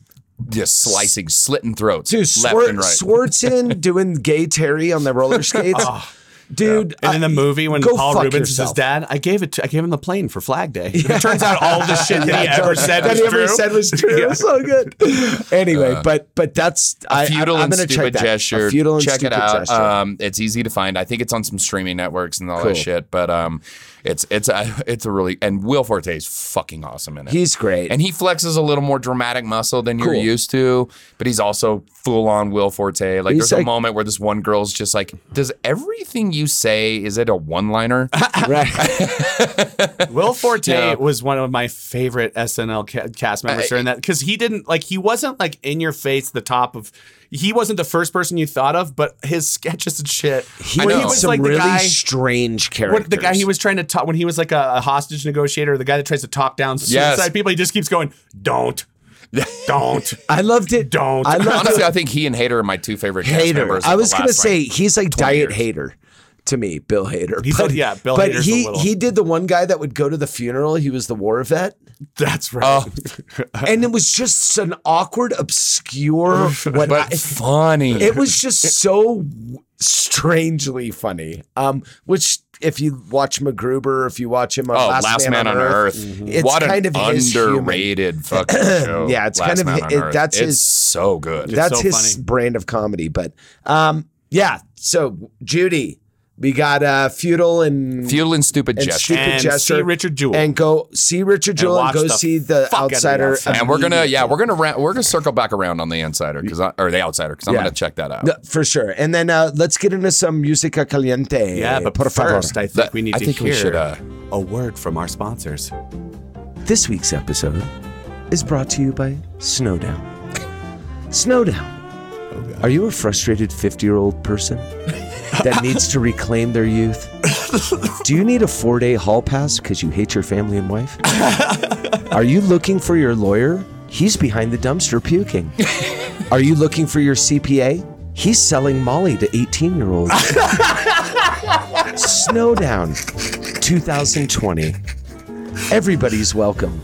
just slicing, slitting throats,
dude,
left
Swar-
and right.
Swartzen doing gay Terry on the roller skates. Dude,
Oh, and in the
I-
movie, when
go
Paul
fuck
Rubens is his
yourself.
dad, I gave it. To, I gave him the plane for Flag Day. It turns out all the shit that he ever said
that
was
he ever
true. Uh,
said was true. It was so good. Anyway, but but that's I,
futile
I, I'm
and
gonna
stupid
check that.
gesture.
A futile and
check
stupid
it out.
gesture.
Uh,
Um, it's easy to find. I think it's on some streaming networks and all
Cool.
that shit. But um, it's it's a it's a really and Will Forte is fucking awesome in it.
He's great.
and he flexes a little more dramatic muscle than you're
Cool.
used to, but he's also full on Will Forte. Like
He's
there's a
like-
moment where this one girl's just like, "Does everything you say is it a one liner?"
right.
Will Forte
Yeah.
was one of my favorite SNL ca- cast members during that because he didn't like he wasn't like in your face the top of he wasn't the first person you thought of but his sketches and shit
He
when
did
know. was
some really strange characters.
What, the guy he was trying to talk when he was like a, a hostage negotiator, the guy that tries to talk down suicide
Yes.
people, he just keeps going, "Don't, don't."
I loved it.
Don't.
I loved
Honestly, I think he and Hader are my two favorite cast
Hater.
members. of
I
the
was gonna
last, like,
say he's like diet
years.
hater to me, Bill Hader.
He's a- yeah, Bill
But
Hader's a
he
little-
he did the one guy that would go to the funeral. He was the war vet,
That's right.
Oh,
and it was just an awkward, obscure. What
but
I-
funny.
it was just so strangely funny. Um, which if you watch MacGruber, if you watch him on
Oh,
Last, Man, on Earth, it's
Mm-hmm. what
kind
an
of his humor.
underrated fucking show.
Yeah, it's
Last
kind of
Man
hi-
on
it-
Earth.
that's
It's
his-
so good.
That's
so
his
funny.
brand of comedy. But um, yeah. So Judy, we got uh, feudal and
Futile and stupid
and
gesture.
stupid
And
gesture.
see Richard Jewell.
and go see Richard Jewell and,
watch
go
the
see the
fuck out of The
Outsider.
Outsider.
and we're gonna yeah we're gonna ra- we're gonna circle back around on the insider because or the outsider because I'm
Yeah.
gonna check that out.
No, for sure. And then uh, let's get into some musica caliente.
yeah, but
por favor.
first, I think
That-
we need
I
to
think we
hear
should, uh,
a word from our sponsors.
This week's episode is brought to you by Snowdown. Snowdown. Are you a frustrated 50 year old person that needs to reclaim their youth? Do you need a four day hall pass because you hate your family and wife? Are you looking for your lawyer? He's behind the dumpster puking. Are you looking for your CPA? He's selling Molly to 18 year olds. Snowdown 2020. Everybody's welcome.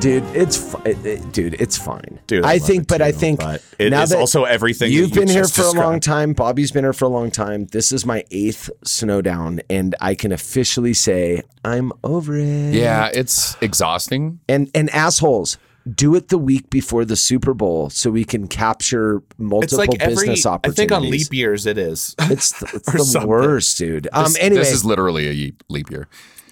Dude, it's fi- it- it- dude, it's fine.
Dude, I
I,
love
think,
it
but I
too,
think
but it
now
is
that
also everything that
you've
you
been here
just
for a long
described.
time. Bobby's been here for a long time. This is my eighth snowdown, and I can officially say I'm over it.
Yeah, it's exhausting.
and and assholes. Do it the week before the Super Bowl so we can capture
It's
multiple
like every.
business
I
opportunities.
think on leap years it is.
It's, th- it's
Or
the
something.
worst, dude. Um.
This-
anyway,
this is literally a ye- leap year.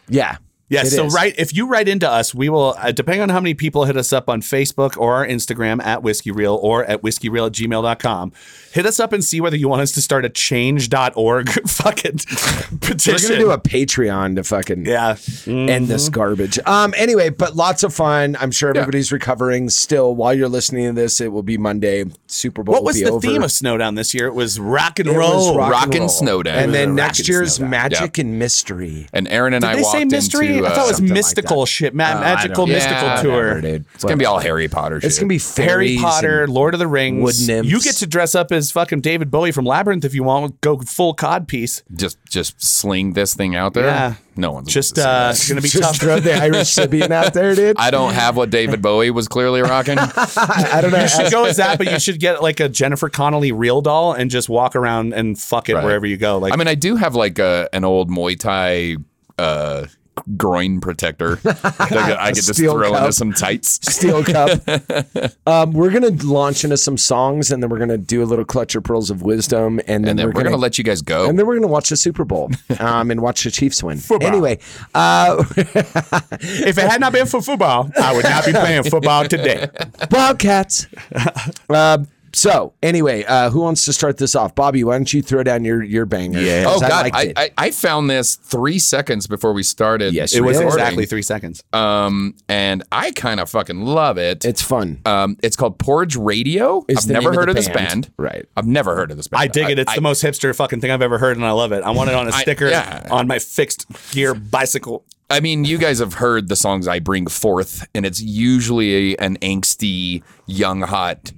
yeah.
Yes.
It
so
is.
right, if you write into us, we will. Uh, depending on how many people hit us up on Facebook or our Instagram at Whiskey Reel or at whiskeyreal at gmail.com, hit us up and see whether you want us to start a change.org fucking
We're
petition.
gonna do a Patreon to fucking
yeah.
end
Mm-hmm.
this garbage. Um. Anyway, but lots of fun. I'm sure everybody's recovering still. While you're listening to this, it will be Monday. Super Bowl.
What
will
was
be
the
over.
theme of Snowdown this year? It was rock and
It was
roll.
Rock and Snow Day.
And
It was
a
then
rock
next
and
year's
snow day.
magic and mystery.
And Aaron and
Did
I
they
walked
say mystery?
into. uh,
I thought it was
something like
mystical
that. Oh,
shit, ma- magical
know.
mystical
Yeah,
tour.
Whatever, dude.
it's gonna be all Harry Potter. shit.
It's gonna
Harry
be fairies
Potter,
and-
Lord of the Rings.
wood nymphs.
You get to dress up as fucking David Bowie from Labyrinth if you want. Go full cod piece.
just just sling this thing out there.
Yeah.
No one's
Just
gonna
uh,
see
it's gonna be
Just
tough.
throw the Irish Sibian out there, dude.
that. I don't have what David Bowie was clearly rocking.
I don't know.
you should go as that, but you should get like a Jennifer Connelly real doll and just walk around and fuck it
Right.
wherever you go. Like,
I mean, I do have like a an old Muay Thai uh, groin protector. that I could just
Steel
throw
cup.
into some tights.
Steel cup. Um, we're gonna launch into some songs, and then we're gonna do a little clutch of pearls of wisdom, and then,
And then we're gonna let you guys go.
and then we're gonna watch the Super Bowl, um, and watch the Chiefs win. Anyway, uh,
if it had not been for football, I would not be playing football today.
Wildcats. Um, so anyway, uh, who wants to start this off? Bobby, why don't you throw down your your banger? Yeah.
Oh God! I, I, I found this three seconds before we started.
Yes,
It was
Really?
exactly three seconds.
Uh,
Um, and I kind of fucking love it.
it's fun.
um, it's called Porridge Radio.
Is
I've
the
never
name of
heard
the
of this
band.
band.
Right.
I've never heard of this band.
I dig it. It's
I-
the most hipster fucking thing I've ever heard, and I love it. I want it on a
I-
sticker
yeah.
on my fixed gear bicycle.
I mean, you guys have heard the songs I bring forth, and it's usually an angsty, young, hot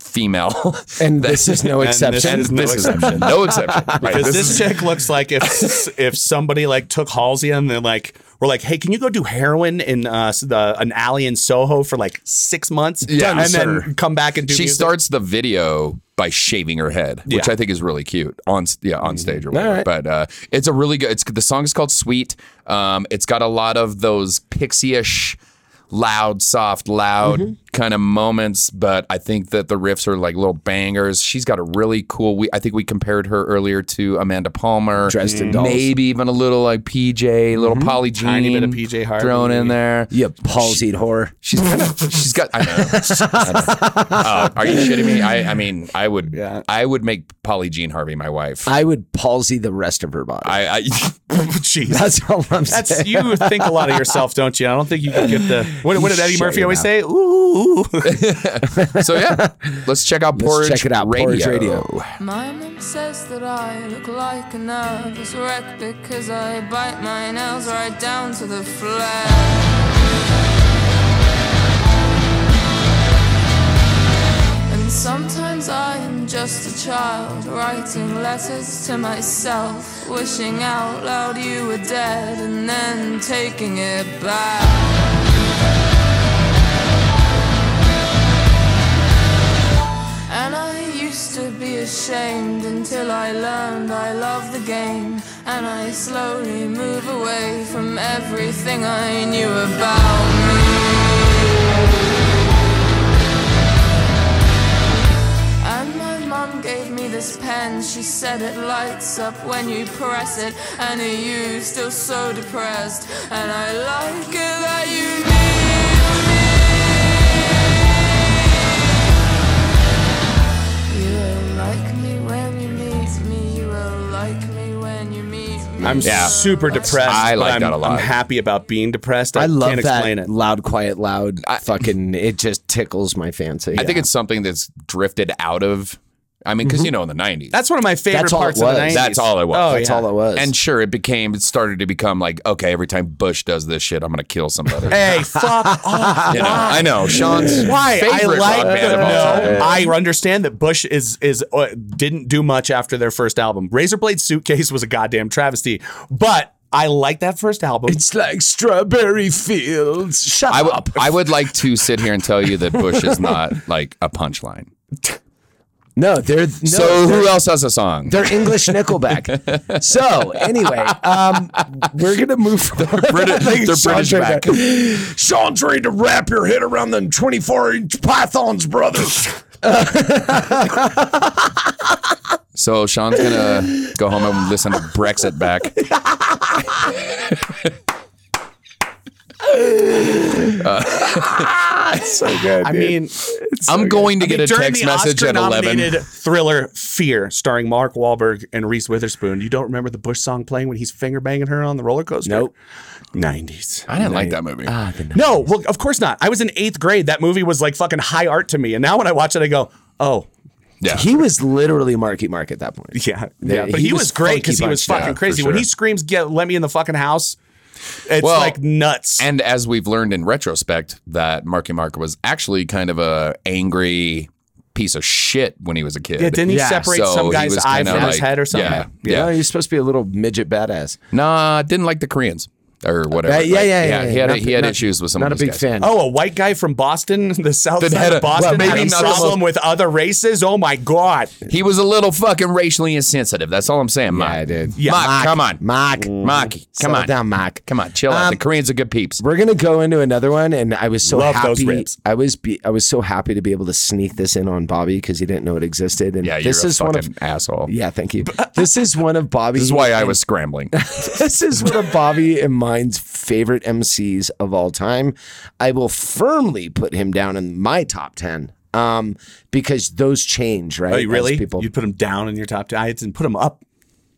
female.
and this is no
And this
exception.
is no
this
exception.
is no exception. Right,
Because
this
this,
is-
chick looks like if if somebody like took Halsey and then like we're like, hey, can you go do heroin in uh, s- the, an alley in Soho for like six months?
Yeah.
and
Sure.
then come back and do.
she
music?
starts the video by shaving her head, which
Yeah. Mm-hmm.
I think is really cute on s- yeah on stage or whatever.
right.
But uh, it's a really good. It's the song is called Sweet. Um, it's got a lot of those pixie-ish, loud, soft, loud
Mm-hmm.
kind of moments. But I think that the riffs are like little bangers. She's got a really cool. We I think we compared her earlier to Amanda Palmer,
Dresden
Mm.
Dolls.
maybe even a little like PJ, little Polly Jean,
Mm-hmm. Tiny bit of PJ Harvey.
thrown in there.
you palsied whore.
She's kind of, she's got. I know. I know. Uh, are you shitting me? I, I mean, I would.
Yeah.
I would make Polly Jean Harvey my wife. I.
I would palsy the rest of her body.
I,
Jeez.
That's all I'm
That's
saying.
you think a lot of yourself, don't you? I don't think you can get the. What, what did Eddie
Shut
Murphy
your
always
mouth.
say? Ooh,
so yeah, let's check out Porridge.
check it out,
Radio.
Porridge Radio.
My mom says that I look like a nervous wreck because I bite my nails right down to the flesh. And sometimes I am just a child writing letters to myself, wishing out loud you were dead and then taking it back. And I used to be ashamed until I learned I love the game. And I slowly move away from everything I knew about me. And my mum gave me this pen. She said it lights up when you press it. And are you still so depressed? And I like it that you need You will like me when you meet me. You will like me when you meet me.
I'm
Yeah.
super depressed.
I
but
like
I'm-
that a lot.
I'm happy about being depressed. I,
I love
can't
that
explain it.
loud, quiet, loud. fucking, it just tickles my fancy.
I think it's something that's drifted out of. I mean, because you know, in the nineties,
That's one of my favorite
That's all it
parts of the
was.
90s.
That's all it was.
Oh,
that's
yeah.
all it was.
and sure, it became. It started to become like, okay, every time Bush does this shit, I'm gonna kill somebody.
Hey, fuck off.
you know, I know Oh, Sean's
Why I
favorite
like
rock band of all time.
no, I understand that Bush is is uh, didn't do much after their first album. Razorblade Suitcase was a goddamn travesty, but I like that first album.
it's like strawberry fields. Shut
I would,
up.
I would like to sit here and tell you that Bush is not like a punchline.
no, they're no,
so
they're,
who else has a song?
they're English Nickelback. so anyway, um, we're gonna move. They're
Briti- they're British back.
Sean's ready to wrap your head around them twenty-four inch pythons, brothers.
So Sean's gonna go home and listen to Brexit back.
so good.
I
dude.
mean,
I'm going to get
I mean,
a
during
text
the
message at 11.
Oscar-nominated Thriller Fear, starring Mark Wahlberg and Reese Witherspoon. You don't remember the Bush song playing when he's finger banging her on the roller coaster?
Nope.
90s.
I didn't like that movie.
No, well, of course not. I was in eighth grade. That movie was like fucking high art to me. And now when I watch it, I go, oh,
yeah.
He was literally Marky Mark at that point.
yeah.
Yeah,
yeah. But
he
he,
was
was, great because
funky
he was
bunch, yeah,
fucking
for
crazy. When
sure.
he screams, get let me in the fucking house, it's
Well,
like nuts.
And as we've learned in retrospect, that Marky Mark was actually kind of a angry piece of shit when he was a kid.
yeah, didn't he
yeah,
separate
So
some
he
guy's
was
eye
kinda
from his
like-
head or something?
Yeah,
Yeah,
yeah.
he's supposed to be a little midget badass.
Nah, didn't like the Koreans or whatever.
Uh, yeah,
Like,
yeah, yeah, yeah.
He had
Not-
he had
not-
issues with some.
Not
of
a
these
big
guys.
fan.
Oh, a white guy from Boston, the south
That
side
had
of
a-
Boston,
well, maybe
had a
not the
problem with other races. Oh my god!
He was a little fucking racially insensitive. That's all I'm saying, Mike.
Yeah, dude.
Yeah,
Mike,
Mike.
come on,
Mark,
Mike, come
Settle
on,
down, Mike.
come on, chill out.
Um,
The Koreans are good peeps.
We're gonna go into another one, and I was so
Love
happy.
those rips.
I was be, I was so happy to be able to sneak this in on Bobby because he didn't know it existed. And
Yeah, you're
this
a
is
fucking
one of
asshole.
yeah, thank you. This is one of Bobby.
This is why I was scrambling.
this is one of Bobby and mine's favorite MCs of all time. I will firmly put him down in my top ten um, because those change, right?
Oh,
as
you really?
People.
You put him down in your top ten? I didn't put him up,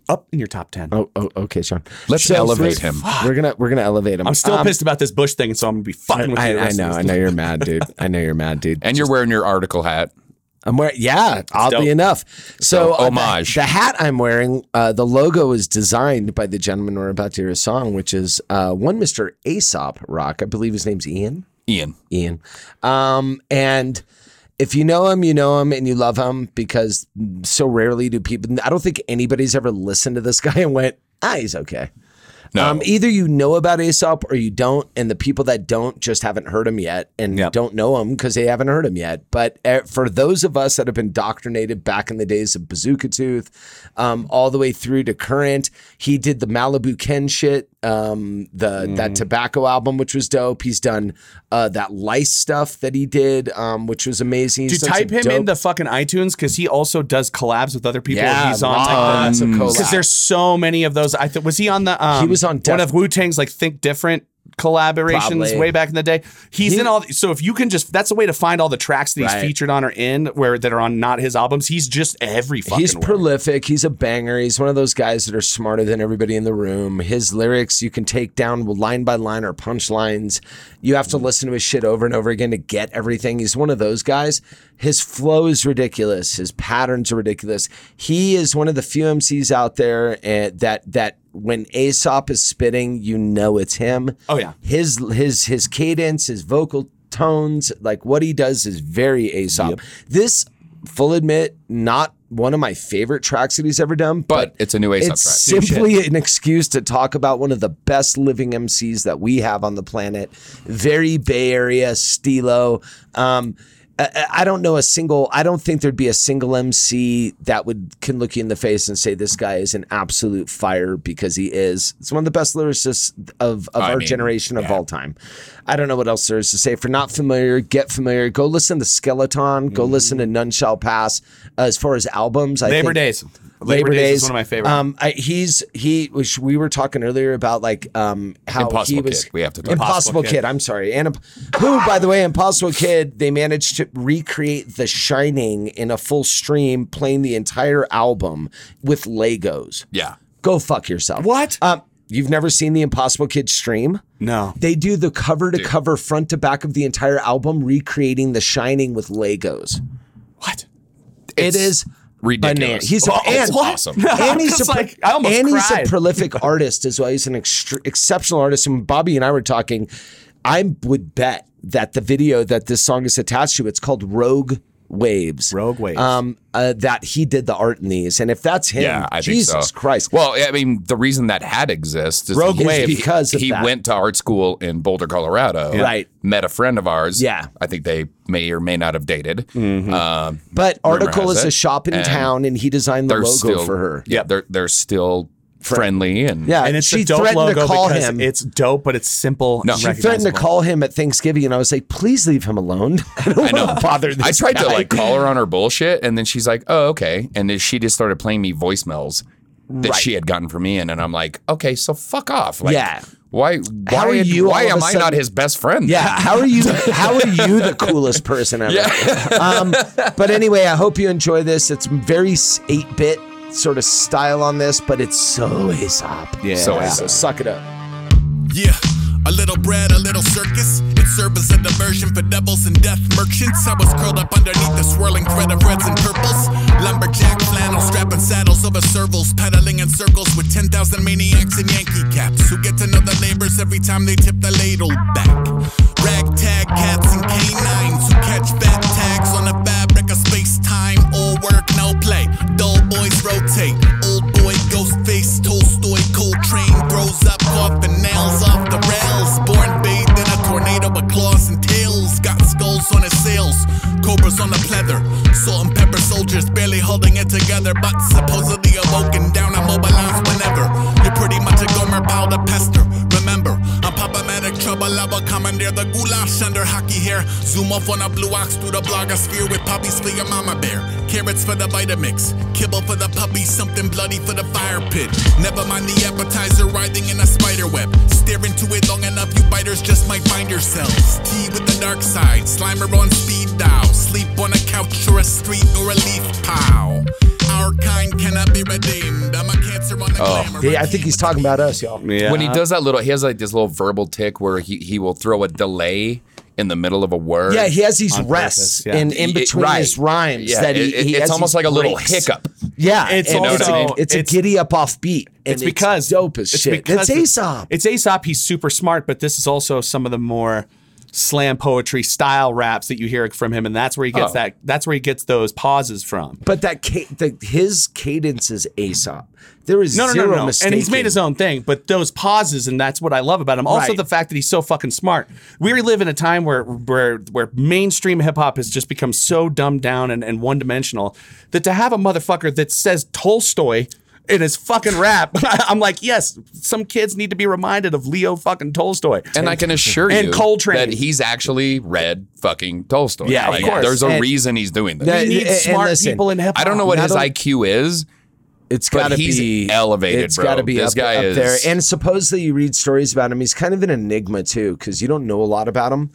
up in your top ten.
Oh, oh, okay, Sean.
Let's elevate him.
We're gonna we're gonna elevate him.
I'm still
Um,
pissed about this Bush thing, so I'm gonna be fucking with you.
I,
the
I
rest of
know,
this
I know you're mad, dude. I know you're mad, dude.
And you're wearing your article hat.
I'm wearing, yeah, oddly
dope.
enough. So,
Dope.
uh, the-
Homage.
the, hat I'm wearing, uh, the logo was designed by the gentleman we're about to hear a song, which is uh, one Mr. Aesop Rock. I believe his name's Ian.
Ian.
Ian. Um, and if you know him, you know him and you love him because so rarely do people, I don't think anybody's ever listened to this guy and went, ah, he's okay.
No.
Um, either you know about Aesop or you don't, and the people that don't just haven't heard him yet and
Yep.
don't know him because they haven't heard him yet. But uh, for those of us that have been indoctrinated back in the days of Bazooka Tooth, um, all the way through to current, he did the Malibu Ken shit, um, the
Mm.
that Tobacco album, which was dope. He's done uh, that Lice stuff that he did, um, which was amazing. He's
Dude,
done some
type him
dope-
in the fucking iTunes because he also does collabs with other people.
Yeah,
he's on
lots of collabs.
because there's so many of those. I think was he on the um,
He was on Def-
one of Wu Tang's like Think Different collaborations
Probably.
way back in the day. He's in all. So if you can just, that's a way to find all the tracks that he's
Right.
featured on or in where that are on not his albums. He's just every fucking.
he's
word.
prolific. He's a banger. He's one of those guys that are smarter than everybody in the room. His lyrics you can take down line by line or punchlines. You have to
Mm.
listen to his shit over and over again to get everything. He's one of those guys. His flow is ridiculous. His patterns are ridiculous. He is one of the few MCs out there eh, that that when Aesop is spitting, you know it's him.
Oh, yeah.
His his his cadence, his vocal tones, like what he does is very Aesop. This, full admit, not one of my favorite tracks that he's ever done,
But
but,
it's a new Aesop
it's
track.
simply an excuse to talk about one of the best living MCs that we have on the planet. Very Bay Area stilo. Um, I- I I don't know a single. I don't think there'd be a single MC that would can look you in the face and say this guy is an absolute fire because he is. It's one of the best lyricists of, of
I
our
mean,
generation of all time. I don't know what else there is to say. If you're not familiar, get familiar. Go listen to Skeleton. Go listen to None Shall Pass. as far as albums, I
Mm. Labor
think-
Days.
Labor,
is
Days
one of my favorites.
Um, I, he's he, which we were talking earlier about, like um, how he
Impossible
was.
Kid. We have to talk.
Impossible
Impossible
Kid.
Kid.
I'm sorry, and um, who, by the way, Impossible Kid, they managed to recreate The Shining in a full stream, playing the entire album with Legos.
Yeah.
Go fuck yourself.
What?
Um, you've never seen the Impossible Kid stream?
no.
They do the cover to cover, front to back of the entire album, recreating The Shining with Legos.
What?
It's
Ridiculous.
Banana. He's a,
Oh, it's
and-
awesome.
and he's,
Just
a, pro-
like, I almost
and he's a
cried.
prolific artist as well. He's an extr exceptional artist. And Bobby and I were talking. I would bet that the video that this song is attached to, it's called Rogue Waves.
Rogue Waves.
Um, uh, that he did the art in these, and if that's him,
Yeah, I
Jesus
think so.
Christ.
Well, I mean, the reason that had exists is
Rogue
he-
Wave. Because of
he
that.
went to art school in Boulder, Colorado.
Right.
Met a friend of ours.
Yeah. Mm-hmm.
I think they may or may not have dated. Um,
but
rumor
Article
has
is a
it.
shop in
And
town, and he designed the
they're
logo
still
for her.
Yeah, they're they're still friendly and
Yeah,
And it's
she
a dope
threatened
logo
to call
because
him.
it's dope, but it's simple.
No.
and
She
she threatened to
recognizable.
call him at Thanksgiving, and I was like, "Please leave him alone. I don't
I know.
want to bother this
I tried to
guy.
like call her on her bullshit, and then she's like, "Oh, okay," and then she just started playing me voicemails that she had gotten from Ian, and I'm like, "Okay, so fuck off." Like,
Yeah.
Why? Why
How are you
Why
all of
am
a
I not
sudden-
his best friend?
Yeah. How are you? How are you the coolest person ever?
Yeah.
Um, but anyway, I hope you enjoy this. It's very eight bit sort of style on this, but it's so Aesop.
Yeah.
So I
So suck it up.
Yeah, a little bread, a little circus. It served as a diversion for devils and death merchants. I was curled up underneath the swirling thread of reds and purples. Lumberjack flannel, strapping saddles over servals, pedaling in circles with 10,000 maniacs in Yankee caps who get to know their neighbors every time they tip the ladle back. Ragtag cats and canines who catch fat tags on the fabric of space time. All work, no play. Dull boys rotate. Old boy, ghost face, Tolstoy, Coltrane grows up, coughing nails off the rails. Born bathed in a tornado with claws and tails. Got skulls on his sails, cobras on the pleather. Salt and pepper soldiers barely holding it together, but supposedly awoken down immobilized whenever. You're pretty much a gomer, bow to pester. Remember, I'm problematic trouble. I will commandeer the goulash under hockey hair. Zoom off on a blue ox through the blogosphere with puppies for your mama bear. Carrots for the Vitamix, kibble for the puppy, something bloody for the fire pit. Never mind the appetizer writhing in a spider web. Stare into it long enough, you biters just might find yourselves. Tea with the dark side, slimer on speed dial. Sleep on a couch or a street or a leaf pile. Our kind cannot be redeemed. I'm a cancer on a glamour.
Yeah, I think he's talking about us, y'all.
Yeah.
When he does that little, he has like this little verbal tick where he, he will throw a delay in the middle of a word.
Yeah, he has these
On
rests
purpose, yeah.
in, in
It-
between
right.
his rhymes
Yeah,
that he,
it- it-
he has
it's almost
these
like a little
breaks.
hiccup.
Yeah,
It's
and
also-
it's, a, it's a
it's-
giddy up off beat. and
it's because
dope as shit.
because-
It's Aesop.
It's Aesop. He's super smart, but this is also some of the more slam poetry style raps that you hear from him, and that's where he gets
Oh.
that. That's where he gets those pauses from.
But that ca- the, his cadence is Aesop. There is
No, no, no,
zero
no, no.
mistake.
And he's made his own thing, but those pauses, and that's what I love about him. Also,
Right.
the fact that he's so fucking smart. We live in a time where where where mainstream hip hop has just become so dumbed down and, and one dimensional that to have a motherfucker that says Tolstoy in his fucking rap, I'm like, yes, some kids need to be reminded of Leo fucking Tolstoy.
And I can assure
And
you
Coltrane.
that he's actually read fucking Tolstoy.
Yeah, of
Like,
course.
There's a
And-
reason he's doing this.
That-
We need
and
smart
listen,
people in hip hop.
I don't know what
not
his
only-
IQ is.
It's
But
got to
he's
be
elevated,
It's
bro.
got to be
This
up,
guy
up
is-
there. And supposedly you read stories about him. He's kind of an enigma too, because you don't know a lot about him.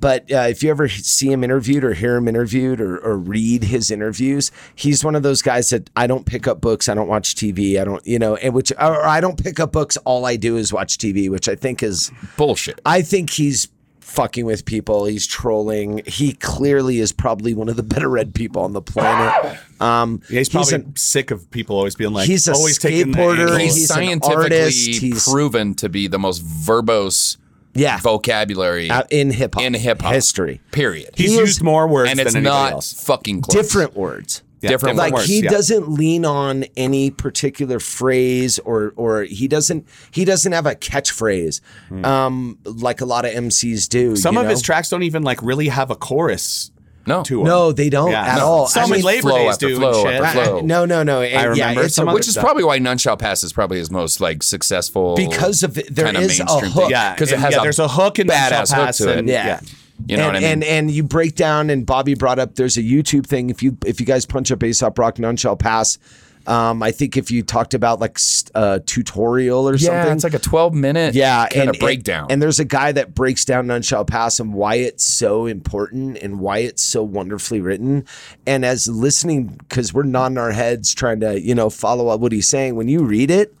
But uh, if you ever see him interviewed or hear him interviewed or, or read his interviews, he's one of those guys that I don't pick up books. I don't watch TV. I don't, you know, and which or I don't pick up books. All I do is watch TV, which I think is
Bullshit.
I think he's fucking with people. He's trolling. He clearly is probably one of the better read people on the planet. Um,
Yeah, he's probably
an-
sick of people always being like,
He's a
always taking the
skateboarder.
angle.
He's,
he's an
scientifically
artist, he's-
proven to be the most verbose
yeah,
vocabulary
out in hip hop,
in hip hop
history,
Period.
He's
he is-
used more words
and
than
it's
anybody
not
else.
fucking close.
different words.
Yeah,
different
Like
words,
he
yeah.
doesn't lean on any particular phrase or or he doesn't he doesn't have a catchphrase, um, like a lot of MCs do.
Hmm. Some
you
of his
know?
tracks don't even like really have a chorus
No.
to them.
no, they
Oh,
don't
Yeah,
at
no.
all.
Some
I
in
mean,
Labor
flow
Days
after
do and
flow
shit.
after
I- I-
flow.
no, no, no. And
remember
yeah, it's
some
a-
other
Which is
stuff.
probably why None Shall Pass is probably his most like successful
Because of it- there
kinda
is a
mainstream
hook.
thing.
Yeah,
because it
and
has
yeah,
a
there's a hook and then
badass
shall
hook
pass
to it.
and-
Yeah.
yeah.
You know
and,
what I mean?
and and you break down and Bobby brought up there's a YouTube thing if you if you guys punch up Aesop Rock None Shall Pass. Um, I think if you talked about like s- uh, tutorial or
yeah,
something,
it's like a 12 minute
yeah,
kind
and,
of breakdown.
And, and there's a guy that breaks down None Shall Pass and why it's so important and why it's so wonderfully written. And as listening, because we're nodding our heads trying to, you know, follow up what he's saying, when you read it,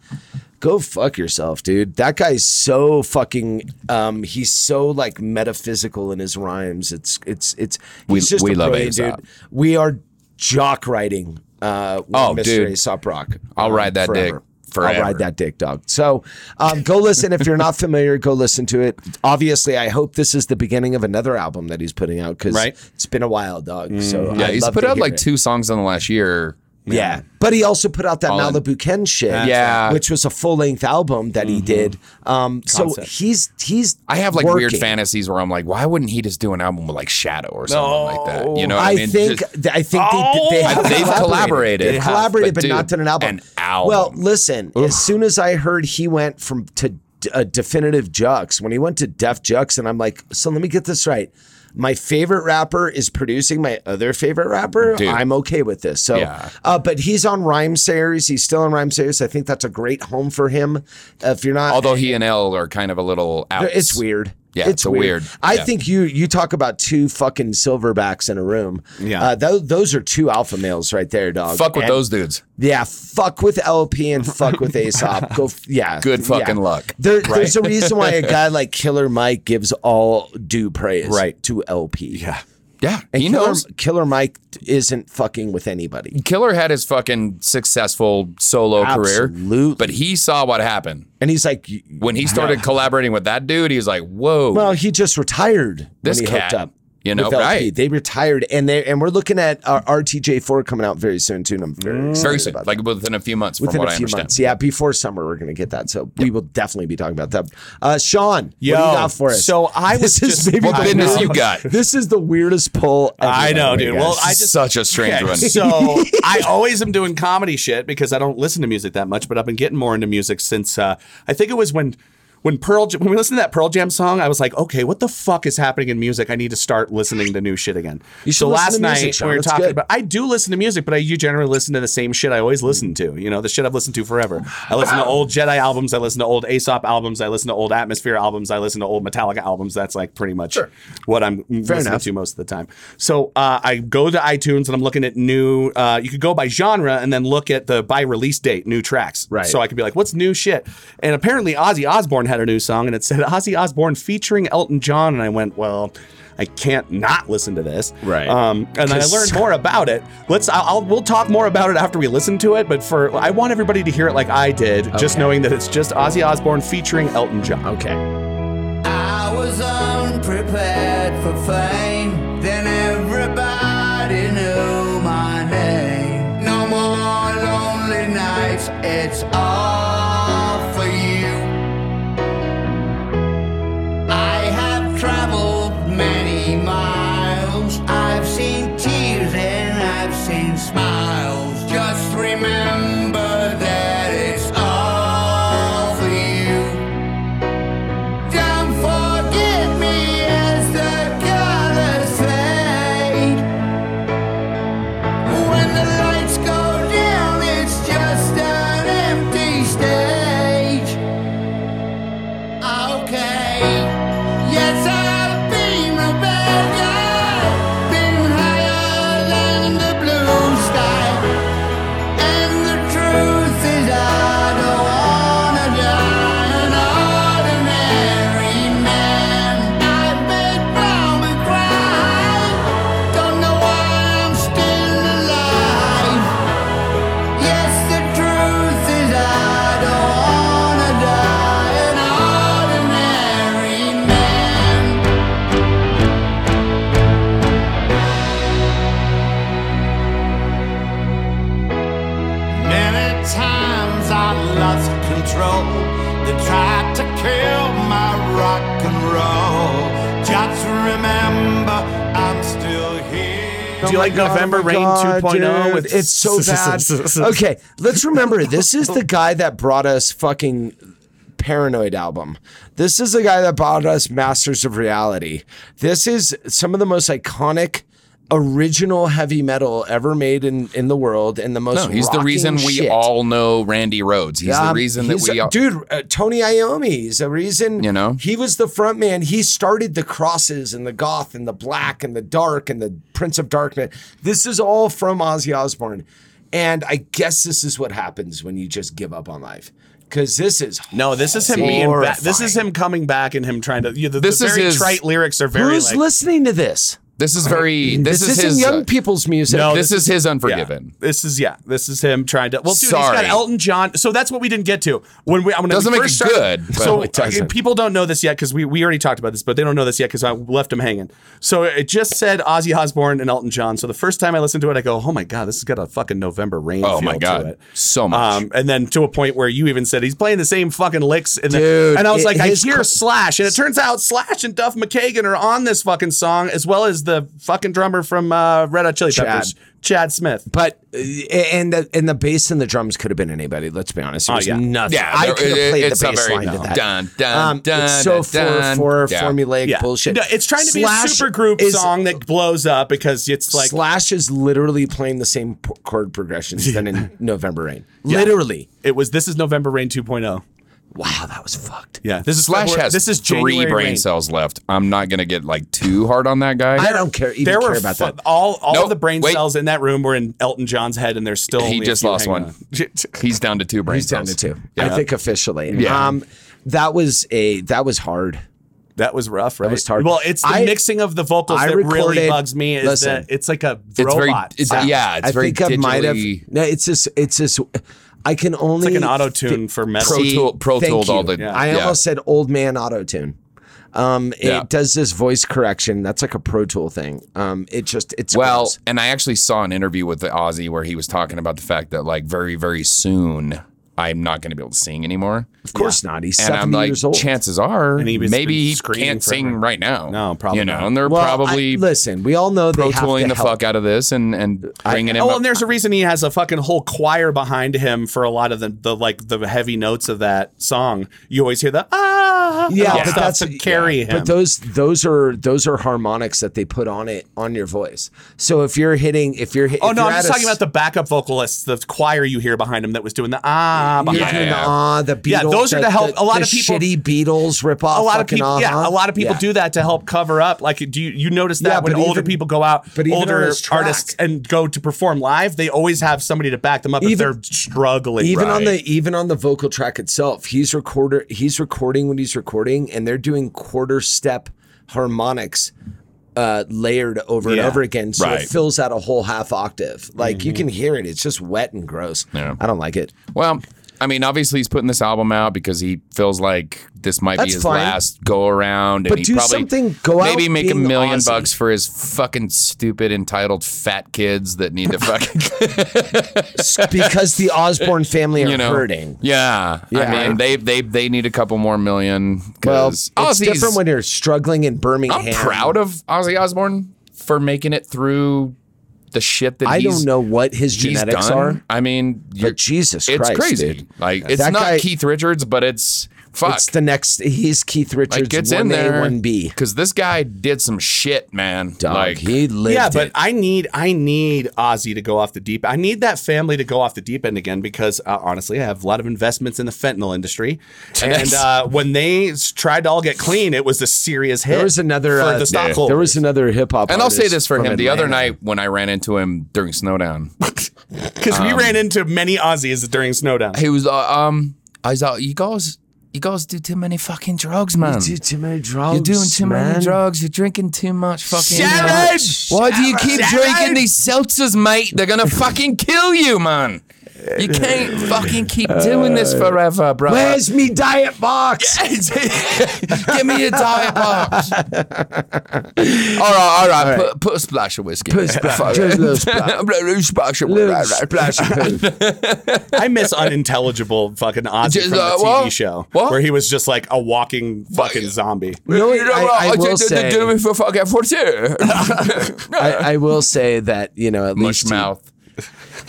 go fuck yourself, dude. That guy's so fucking um he's so like metaphysical in his rhymes. It's it's it's he's
We-
just
we
a
love
brilliant
Aesop.
dude. We are jock riding uh with
Oh,
Mr.
dude.
Aesop Rock.
I'll
um,
ride that dick
I'll
forever.
ride that dick, dog. So um, go listen. If you're not familiar, go listen to it. Obviously, I hope this is the beginning of another album that he's putting out because
Right.
it's been a while, dog. So
yeah,
I'd
he's
love
put
to
out
hear
like
it.
two songs in the last year.
Yeah. But he also put out that
All in-
Malibu Ken shit.
Yeah.
Which was a full length album that he did. Um, so
Concept.
he's, he's,
I have like weird
working.
fantasies where I'm like, why wouldn't he just do an album with like Shadow or something like that? You know, what
I,
mean?
think,
Just-
th- I think they, they
I-
have
they've collaborated. They
They've
have,
collaborated,
but
but,
dude,
not done an album.
an album.
Well, listen, as soon as I heard he went from to d- a definitive Jux, when he went to Def Jux, and I'm like, so let me get this right. my favorite rapper is producing my other favorite rapper,
Dude.
I'm okay with this. So,
Yeah.
uh, but he's on Rhyme Series. He's still on Rhyme Series. I think that's a great home for him. If you're not,
Although he and L are kind of a little out.
it's weird.
Yeah, it's a weird-
I
yeah.
think you you talk about two fucking silverbacks in a room.
Yeah.
uh, tho- those are two alpha males right there, dog.
Fuck with
And-
those dudes.
Yeah, fuck with LP and fuck with Aesop. Go, f- yeah.
Good
yeah.
fucking luck.
There,
Right.
There's a reason why a guy like Killer Mike gives all due praise
Right.
to LP. Yeah.
Yeah,
And
he
Killer,
knows.
Killer Mike isn't fucking with anybody.
Killer had his fucking successful solo career, but he saw what happened
And he's like, y-
when he started collaborating with that dude. He was like, "Whoa,
well, he just retired
this
when he
cat."
hooked up.
you know,
with LP.
right?
They retired, and they and we're looking at uh, our RTJ4 coming out very soon too. And I'm very excited
Mm. Very soon,
about
like within a few months,
within
from what
a
I
few
understand.
months. Yeah, before summer, we're going to get that. So we will definitely be talking about that. Uh, Sean, what do
Yo,
you got for us?
so I was
This is
just-
maybe
what
the
business
weirdest-
you got?
This is the weirdest pull. Ever
I know, dude. Well, I just
Such a strange
Okay,
one.
So I always am doing comedy shit because I don't listen to music that much, but I've been getting more into music since uh, I think it was when when Pearl Jam- when we listened to that Pearl Jam song, I was like, okay, what the fuck is happening in music? I need to start listening to new shit again.
You should
so
listen
last
to music,
night
Sean.
we were
That's
talking
good.
about. I do listen to music, but I you generally listen to the same shit I always listen to. You know, the shit I've listened to forever. I listen to old Jedi albums. I listen to old Aesop albums. I listen to old Atmosphere albums. I listen to old Metallica albums. That's like pretty much what I'm listening
enough.
to most of the time. So uh, I go to iTunes and I'm looking at new. Uh, you could go by genre and then look at the by release date new tracks.
Right.
So I could be like, what's new shit? And apparently Ozzy Osbourne had a new song and it said Ozzy Osbourne featuring Elton John. And I went, well. I can't not listen to this,
Right.
Um, and I
'Cause-
learned more about it. Let's, I'll, I'll, we'll talk more about it after we listen to it. But for, I want everybody to hear it like I did, just knowing that it's just Ozzy Osbourne featuring Elton John.
Okay.
I was unprepared for fame. Then everybody knew my name. No more lonely nights, it's all for you. I have traveled many miles. I've seen tears and I've seen smiles. Just remember that it's all for you. Don't forget me as the colors fade. When the lights go down, it's just an empty stage. Okay. Yes, I've been a bad guy, been higher than the blue sky. And the truth is, I don't wanna die an ordinary man. I've made brown and cry. Don't know why I'm still alive. Yes, the truth is, I don't wanna die an ordinary man. Many times I lost control. They tried to kill my rock and roll. Just remember, I'm still here.
Oh
Do you like November Rain 2.0?
Dude, it's so bad. okay, let's remember this is the guy that brought us fucking Paranoid album. This is the guy that brought us Masters of Reality. This is some of the most iconic original heavy metal ever made in, in the world and the
no,
most
he's the
rocking
reason we
shit.
all know Randy Rhodes. He's the
Um,
reason that
he's
we
a-
all.
dude uh, Tony Iommi. He's the reason
You know?
he was the front man. He started the crosses and the goth and the black and the dark and the Prince of Darkness. This is all from Ozzy Osbourne, and I guess this is what happens when you just give up on life because this is
No, this is him being back.
Horrifying.
This is him coming back and him trying to. You know, the,
This
the
is
very
his-
trite lyrics are very.
who's
like,
listening to this.
This is very. This,
This,
is
isn't
his.
young
uh,
people's music.
No,
this, is his Unforgiven.
Yeah, this is yeah. This is him trying to. Well, dude, he's
Sorry.
got Elton John. So that's what we didn't get to when we. When
Doesn't
we
make
first
it
started-
good, but-
So
No, it doesn't.
uh, people don't know this yet because we we already talked about this, but they don't know this yet because I left him hanging. So it just said Ozzy Osbourne and Elton John. So the first time I listened to it, I go, "Oh my god, this has got a fucking November rain."
Oh
feel
my god,
to it.
so much.
Um, and then to a point where you even said he's playing the same fucking licks, and,
Dude,
and I was
it-
like, I
his
hear
cl-
Slash, and it turns out Slash and Duff McKagan are on this fucking song as well as the fucking drummer from uh, Red Hot Chili
Chad.
Peppers, Chad Smith.
But uh, and the, and the bass and the drums could have been anybody. Let's be honest. It
Oh,
was
yeah.
nothing.
Yeah,
I
there-
could have
it-
played
it's
the
not
bass
very-
line to
no.
that. Um,
Dun, dun,
it's
dun,
so
dun.
for, for
Yeah.
formulaic bullshit.
No, it's trying to be
Slash
a super group
is-
song that blows up because it's like
Slash is literally playing the same p- chord progressions than in November Rain. Literally,
it was. This is November Rain 2.0.
Wow, that was fucked.
Yeah, this is
Slash
February-
has
this is
three
January
brain
rain.
cells left. I'm not gonna get like too hard on that guy.
I don't care. Even
there were
care about
fu-
that.
all all
Nope,
of the brain
wait.
cells in that room were in Elton John's head, and there's still
he
only a
just
few
lost
hanging
one. He's down to two brain
He's down
cells.
to two.
Yeah.
I think officially.
Yeah.
Um, that was a that was hard.
That was rough, right?
That was hard.
Well, it's the
I-
mixing of the vocals
I
that really
recorded-
bugs me. Is
listen.
that it's like a
very-
robot.
it's-
sound.
yeah, it's
I
very
think I might have.
digitally-
No, it's just it's just. I can only
like an auto-tune for metal.
Pro
See,
Tool- Pro
thank
Tooled all
you.
the-
I
yeah.
almost said old man auto tune. Um, it
Yeah.
does this voice correction. That's like a Pro Tool thing. Um, it just it's
Well,
gross.
and I actually saw an interview with the Aussie where he was talking about the fact that like very very soon I'm not going to be able to sing anymore.
Of course not. He's
and
seventy
I'm like,
years old.
chances are
And he was been
maybe he
screaming
can't
forever.
sing right now.
No, probably
You know,
not.
and they're
Well, I-
probably
listen. We all know they
pro
have to
tooling the
help.
fuck out of this and and bringing him.
Oh,
up.
and there's a reason he has a fucking whole choir behind him for a lot of the, the like the heavy notes of that song. You always hear the ah, and
Yeah,
all
but
stuff
that's-
to carry him.
But those those are those are harmonics that they put on it on your voice. So if you're hitting, if you're hitting,
oh no, I'm just talking about the backup vocalists, the choir you hear behind him that was doing the ah
You're
behind
doing
him.
the ah, the
Yeah,
Beatles.
those are
the,
to help- a
the-
lot
the
of people-
Shitty Beatles rip off.
a lot of people,
uh
yeah, a lot of people
yeah.
do that to help cover up. Like, do you, you notice that
Yeah,
when
but
older
even-
people go out,
but even on
older
his track.
artists and go to perform live, they always have somebody to back them up if
Even-
they're struggling.
Even on
Right.
the even on the vocal track itself, he's recorder he's recording when he's recording, and they're doing quarter step harmonics uh layered over and
Yeah. Mm-hmm.
over again. So
Right.
it fills out a whole half octave. Like you can hear it. It's just wet and gross.
Yeah.
I don't like it.
Well, I mean, obviously he's putting this album out because he feels like this might be
That's
his
fine.
last go around, and
But
he
do
probably
something, go out
maybe make a
being
million
Ozzy.
bucks for his fucking stupid entitled fat kids that need to fucking
because the Osborne family are
you know
hurting.
Yeah, I
Yeah.
mean they they they need a couple more million.
Well,
'cause
it's
Ozzy's-
different when you're struggling in Birmingham.
I'm proud of Ozzy Osbourne for making it through the shit that
I
he's,
don't know what his
he's
genetics
done.
are.
I mean, you're-
But Jesus
it's
Christ,
crazy.
dude.
Like it's
That
not
guy-
Keith Richards, but it's fuck.
It's the next. He's Keith Richards.
like gets
one
in there
A, one B.
because this guy did some shit, man.
Dog,
like
he lived.
yeah, but
it.
I need I need Ozzy to go off the deep. I need that family to go off the deep end again because uh, honestly, I have a lot of investments in the fentanyl industry, and uh, when they s- tried to all get clean, it was a serious hit.
there was another.
for
Uh,
the stockholders.
there was another hip hop.
and I'll say
artist
this for him:
from
the other
Atlanta.
night when I ran into him during Snowdown,
because we
um,
ran into many Aussies during Snowdown.
he was uh, um, I was like, "You guys, you guys do too many fucking drugs, man.
You do too many drugs.
You're doing too
man.
many drugs. You're drinking too much fucking.
Sharon!
uh, Why do you keep
Sharon!
drinking these seltzers, mate? They're gonna fucking kill you, man. You can't fucking keep doing this forever, bro.
Uh, Where's me diet box?
Give me a diet box. all right, all right. Put, put a splash of whiskey. Put
a splash- just a little splash.
splash of
Little
whiskey.
splash of poo.
I miss unintelligible fucking Ozzy
Just,
from the
uh,
TV
what?
show
What?
where he was just like a walking fucking zombie.
No, I, I will
did- did- did
say.
it for fucking for two.
I, I will say that you know at
Mush
least he-
mouth.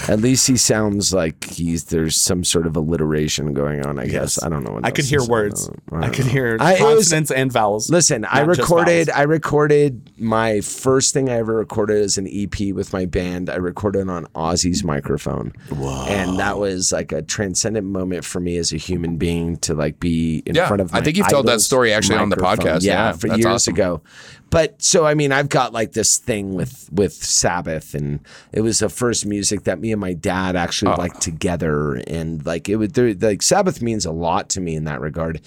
At least he sounds like he's there's some sort of alliteration going on. I guess I don't know. What
I
else
could
to
hear
say.
words.
uh, don't
I could
know.
hear
I- it was-
consonants and vowels.
Listen, I
Not just
recorded.
vowels.
I recorded my first thing I ever recorded as an EP with my band. I recorded on Ozzy's microphone, and that was like a transcendent moment for me as a human being to like be in
Yeah,
front of.
I
my
think you've told that
idol's
story actually on the
microphone.
podcast. Yeah,
for
that's
years
awesome.
ago. But so I mean, I've got like this thing with with Sabbath, and it was the first music that me and my dad actually liked together, and like it would there- like Sabbath means a lot to me in that regard.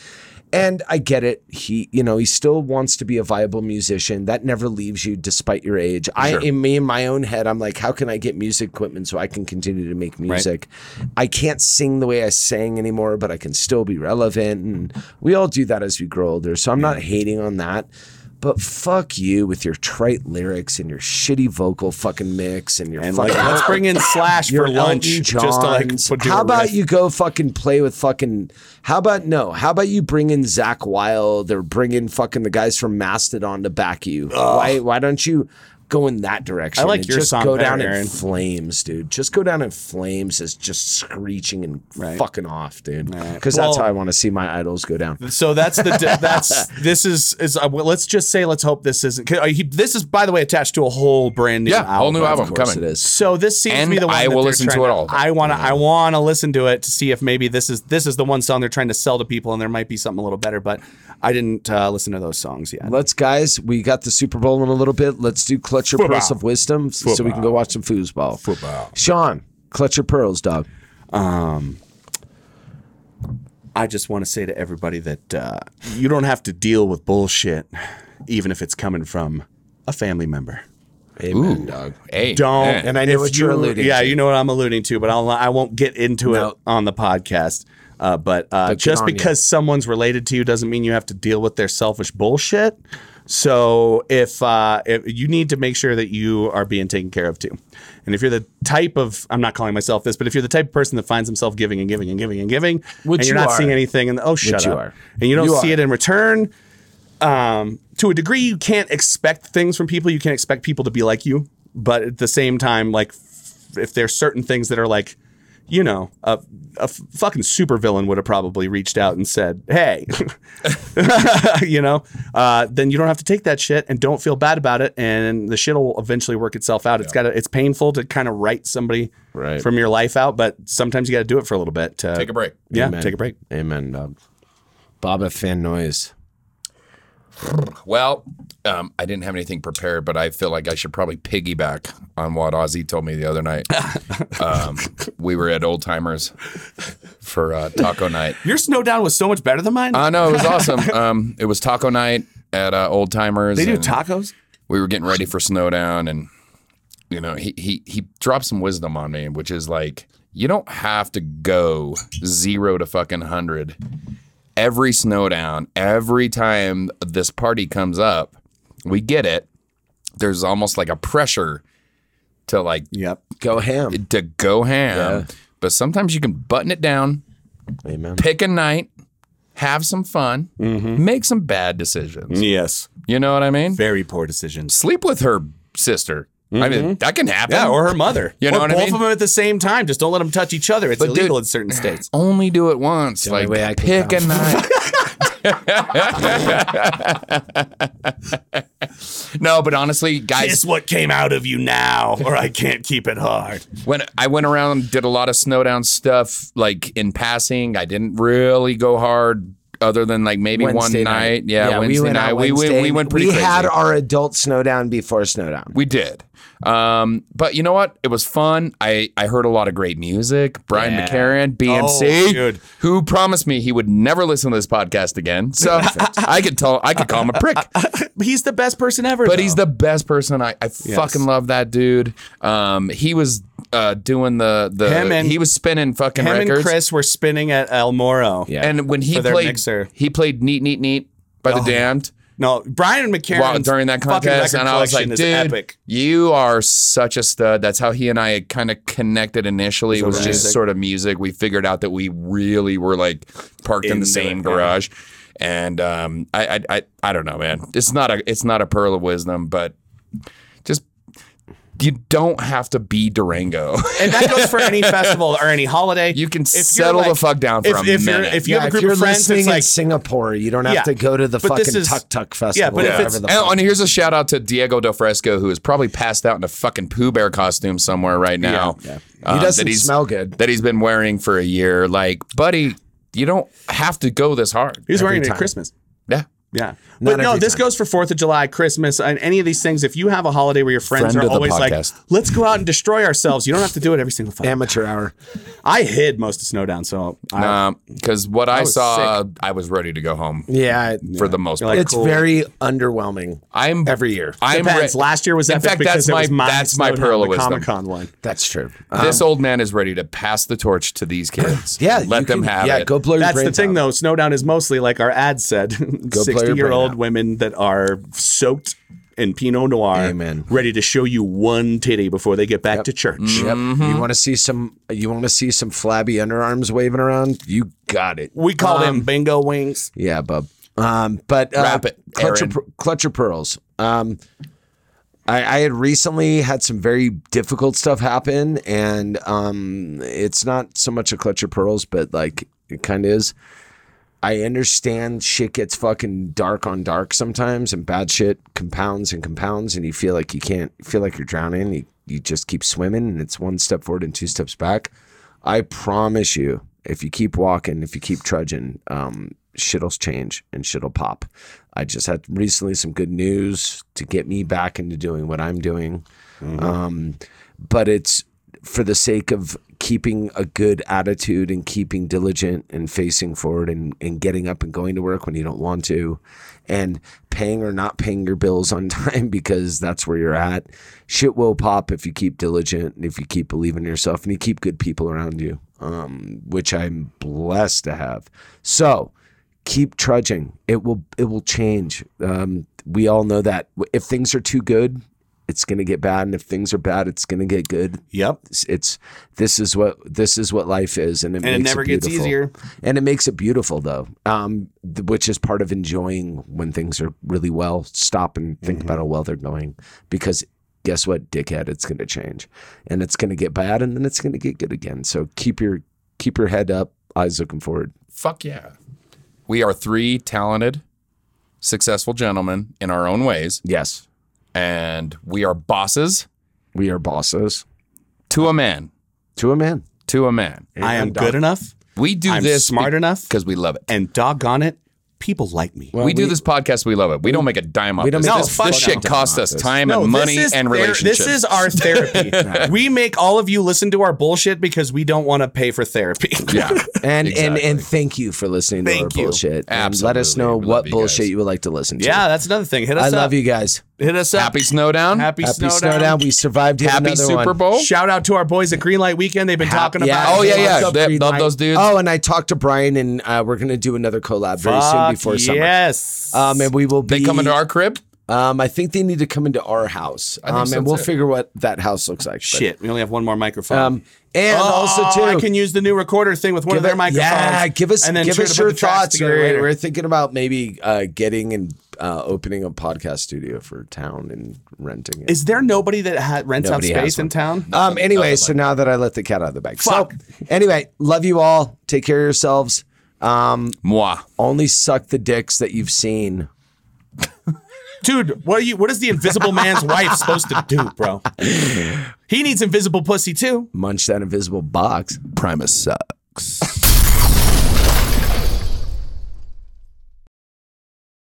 And I get it. He, you know, he still wants to be a viable musician. That never leaves you, despite your age. I, in me, in my own head, I'm like, how can I get music equipment so I can continue to make music? I can't sing the way I sang anymore, but I can still be relevant. And we all do that as we grow older. So I'm not hating on that. But fuck you with your trite lyrics and your shitty vocal fucking mix and your
And like,
fucking.
let's bring in Slash
your
for lunch
Elton
just to like
Johns.
put, do
How
a
about
riff.
you go fucking play with fucking? How about no? How about you bring in Zach Wild or bring in fucking the guys from Mastodon to back you? Why? Why don't you? Go in that direction.
I like
and
your
just
song
Go
better,
down
Aaron.
in flames, dude. Just go down in flames as just screeching and fucking off, dude. Because that's
Well-
how I want to see my idols go down.
So that's the that's this is is uh, well, let's just say let's hope this isn't 'cause, uh, he, this is by the way attached to a whole brand new
Yeah,
album.
whole new album coming.
So this seems
And
to be the one
I
that
will
they're
listen to
trying
it Mm-hmm. all.
I want to I want to listen to it to see if maybe this is this is the one song they're trying to sell to people and there might be something a little better but I didn't uh, listen to those songs yet.
Let's, guys, we got the Super Bowl in a little bit. Let's do Clutch Your
Football.
Pearls of Wisdom s- so we can
Football.
go watch some foosball. Football. Sean, Clutch Your Pearls, dog.
Um, I just want to say to everybody that uh, you don't have to deal with bullshit, even if it's coming from a family member.
Amen, dog.
Hey,
don't.
man. And I know
if
what you're alluding
Yeah,
to.
you know what I'm alluding to, but I'll, I won't get into it on the podcast. Uh, but, uh,
But good
just
on you.
because someone's related to you doesn't mean you have to deal with their selfish bullshit. So if, uh, if you need to make sure that you are being taken care of too, and if you're the type of I'm not calling myself this, but if you're the type of person that finds himself giving and giving and giving and giving,
Which
and you're
you
not
are.
seeing anything, and oh
Which
shut
you
up,
are.
and you don't
You
see
are.
it in return, um, to a degree, you can't expect things from people. You can't expect people to be like you. But at the same time, like f- if there's certain things that are like, you know, a, a f- fucking supervillain would have probably reached out and said, "Hey," you know, uh, then you don't have to take that shit and don't feel bad about it, and the shit will eventually work itself out. It's got it's painful to kind of write somebody
Right.
from your life out, but sometimes you got to do it for a little bit. To,
Take a break.
Yeah,
Amen.
take a break.
Amen, dog. Baba Fan Noise.
Well, um, I didn't have anything prepared, but I feel like I should probably piggyback on what Ozzy told me the other night. um, we were at Old Timers for uh, taco night.
Your snowdown was so much better than mine.
I know it was awesome. Um, it was taco night at uh, Old Timers.
They do
and
tacos.
We were getting ready for Snowdown, and you know he he he dropped some wisdom on me, which is like you don't have to go zero to fucking hundred every Snowdown. Every time this party comes up, we get it. There's almost like a pressure to like
Yep.
Go ham.
to go ham. But sometimes you can button it down,
Amen.
pick a night, have some fun, make some bad decisions.
Yes.
You know what I mean?
Very poor decisions.
Sleep with her sister. I mean, that can happen.
Yeah, or her mother.
You know
or
what I
both
mean?
of them at the same time. Just don't let them touch each other. It's
But dude-
illegal in certain states.
Only do it once.
only
Like,
way I can
pick a
count.
night. no, but honestly, guys,
It's what came out of you now, or I can't keep it hard.
when I went around and did a lot of snowdown stuff, like in passing, I didn't really go hard other than like maybe one night. Yeah, Wednesday night.
out
we went we went pretty
We
crazy.
had our adult snowdown before snowdown.
we did. Um, but you know what? It was fun. I, I heard a lot of great music. Brian
Yeah.
McCarran,
Oh,
BMC,
dude.
who promised me he would never listen to this podcast again. So I could tell I could call him a prick.
He's the best person ever.
But he's the best person. I, I fucking love that dude. Um, he was uh, doing the the
Him and-
he was spinning fucking
him
records.
and Chris were spinning at El Moro.
Yeah.
And when he
For their
played,
mixer. Oh,
he played "Neat, Neat, Neat" by the Damned
No, Brian McCarran
while, during that contest, and I was like, "Dude,
epic.
you are such a stud." That's how he and I kind of connected initially. It was
over
just
music.
sort of music. We figured out that we really were like parked in the
Into
same
it, yeah.
garage, and um, I, I, I, I don't know, man. It's not a, it's not a pearl of wisdom, but just. You don't have to be Durango.
And that goes for any festival or any holiday.
You can
you're
settle the fuck down for
if,
a
if you're-
minute.
if you
Yeah,
have a
if
group
you're
of friends,
listening
it's
in
like
Singapore, you don't have
Yeah.
to go to the
But this
fucking
is-
Tuk Tuk
Yeah,
Festival.
but if
or whatever
it's-
the
And,
fuck
and here's a shout out to Diego Del Fresco, who is probably passed out in a fucking Pooh Bear costume somewhere right now.
Yeah,
um,
He doesn't
that he's-
smell good.
That he's been wearing for a year. Like, buddy, you don't have to go this hard.
he's wearing it
time.
at Christmas.
Yeah.
Yeah. but
Not
no,
every
this
time.
goes for 4th of July, Christmas, and any of these things. If you have a holiday where your friends
Friend of
are
the
always like,
podcast.
let's go out and destroy ourselves, you don't have to do it every single fucking time.
amateur hour.
I hid most of Snowdown, so I,
Because Um, what I,
was
saw, I was ready to go home
Yeah,
for the most
You're
part.
like,
it's
cool.
very underwhelming
I'm
every year.
I'm
depends.
re-
Last year was
In
epic
fact,
because
that's
it
my
was my
that's my
Snowdown,
pearl of
the
wisdom.
Comic Con one.
That's true.
This old man is ready to pass the torch to these kids.
uh-huh. Yeah,
let
you
them
can-
have
yeah,
it.
go blow your
That's the
brains
thing,
out.
though. Snowdown is mostly like our ad said.
Go blow
60 year old women that are soaked in Pinot Noir, ready to show you one titty before they get back to church.
Mm-hmm.
Yep. You want to see some? You want to see some flabby underarms waving around? You got it. Um,
We call
Um,
them bingo wings.
Yeah, bub. Um, but uh,
Wrap it,
clutch,
Aaron.
of, Pe- clutch of pearls. Um, I, I had recently had some very difficult stuff happen, and um, it's not so much a clutch of pearls, but like it kind of is. I understand shit gets fucking dark on dark sometimes, and bad shit compounds and compounds, and you feel like you can't you feel like you're drowning. You, you just keep swimming, and it's one step forward and two steps back. I promise you, if you keep walking, if you keep trudging, um, shit'll change and shit'll pop. I just had recently some good news to get me back into doing what I'm doing. Um, but it's for the sake of keeping a good attitude and keeping diligent and facing forward and, and getting up and going to work when you don't want to and paying or not paying your bills on time because that's where you're at. Shit will pop if you keep diligent and if you keep believing in yourself and you keep good people around you, um, which I'm blessed to have. So, keep trudging. It will it will change. Um, we all know that if things are too good, it's going to get bad, and if things are bad, it's going to get good.
Yep.
It's, it's- this is what this is what life is, and it
And it
makes
never gets
beautiful.
easier.
And it makes it beautiful though, um, th- which is part of enjoying when things are really well. Stop and think
Mm-hmm.
about how well they're going, because guess what, dickhead, it's going to change, and it's going to get bad, and then it's going to get good again. So keep your keep your head up, eyes looking forward.
Fuck yeah. We are three talented, successful gentlemen in our own ways.
Yes.
And we are bosses.
We are bosses.
To a man.
To a man.
To a man.
I am good enough.
We do
I'm
this
smart enough.
because we love it.
And doggone it, people like me.
we, do this podcast. We love it. We, don't make a dime off
we don't
this.
make
this,
a fuck
this shit
dime
costs
off
us
this.
time
No,
and
this
money
is
and
ther-
relationships.
This is our therapy. we make all of you listen to our bullshit because we don't want to pay for therapy.
Yeah.
And and
Exactly.
and thank you for listening
Thank
to our
you.
bullshit. And let us know what bullshit you would like to listen to.
yeah, that's another thing. Hit us
I
up.
love you guys.
Hit us up.
Happy Snowdown.
Happy,
Happy
Snowdown.
Snowdown. We survived yet
Happy
another
Super
one.
Bowl.
Shout out to our boys at Greenlight Weekend. They've been talking about
Oh,
it.
yeah, yeah.
What's up,
They-
Green
love
Light?
those dudes.
Oh, and I talked to Brian, and uh, we're gonna do another collab very soon
Fuck
before summer.
yes.
Um, and we will be.
They come into our crib.
Um, I think they need to come into our house.
think
Um,
so,
and we'll
too.
figure what that house looks like. but-
Shit, we only have one more microphone.
Um, and
Oh,
also too,
I can use the new recorder thing with one of
Give
their
it-
microphones.
Yeah, give us
and then
give
try
us
to put
your
the tracks
thoughts.
together
We're,
later.
we're thinking about maybe uh, getting and uh, opening a podcast studio for town and renting it.
Is there nobody that ha- rents
Nobody
out
has
space in
one.
town?
um. Anyway, so now that I let the cat out of the bag. So anyway, love you all. Take care of yourselves. Um,
Moi.
only suck the dicks that you've seen.
Dude, what are you? What is the Invisible Man's wife supposed to do, bro? He needs invisible pussy too.
Munch that invisible box.
Primus sucks.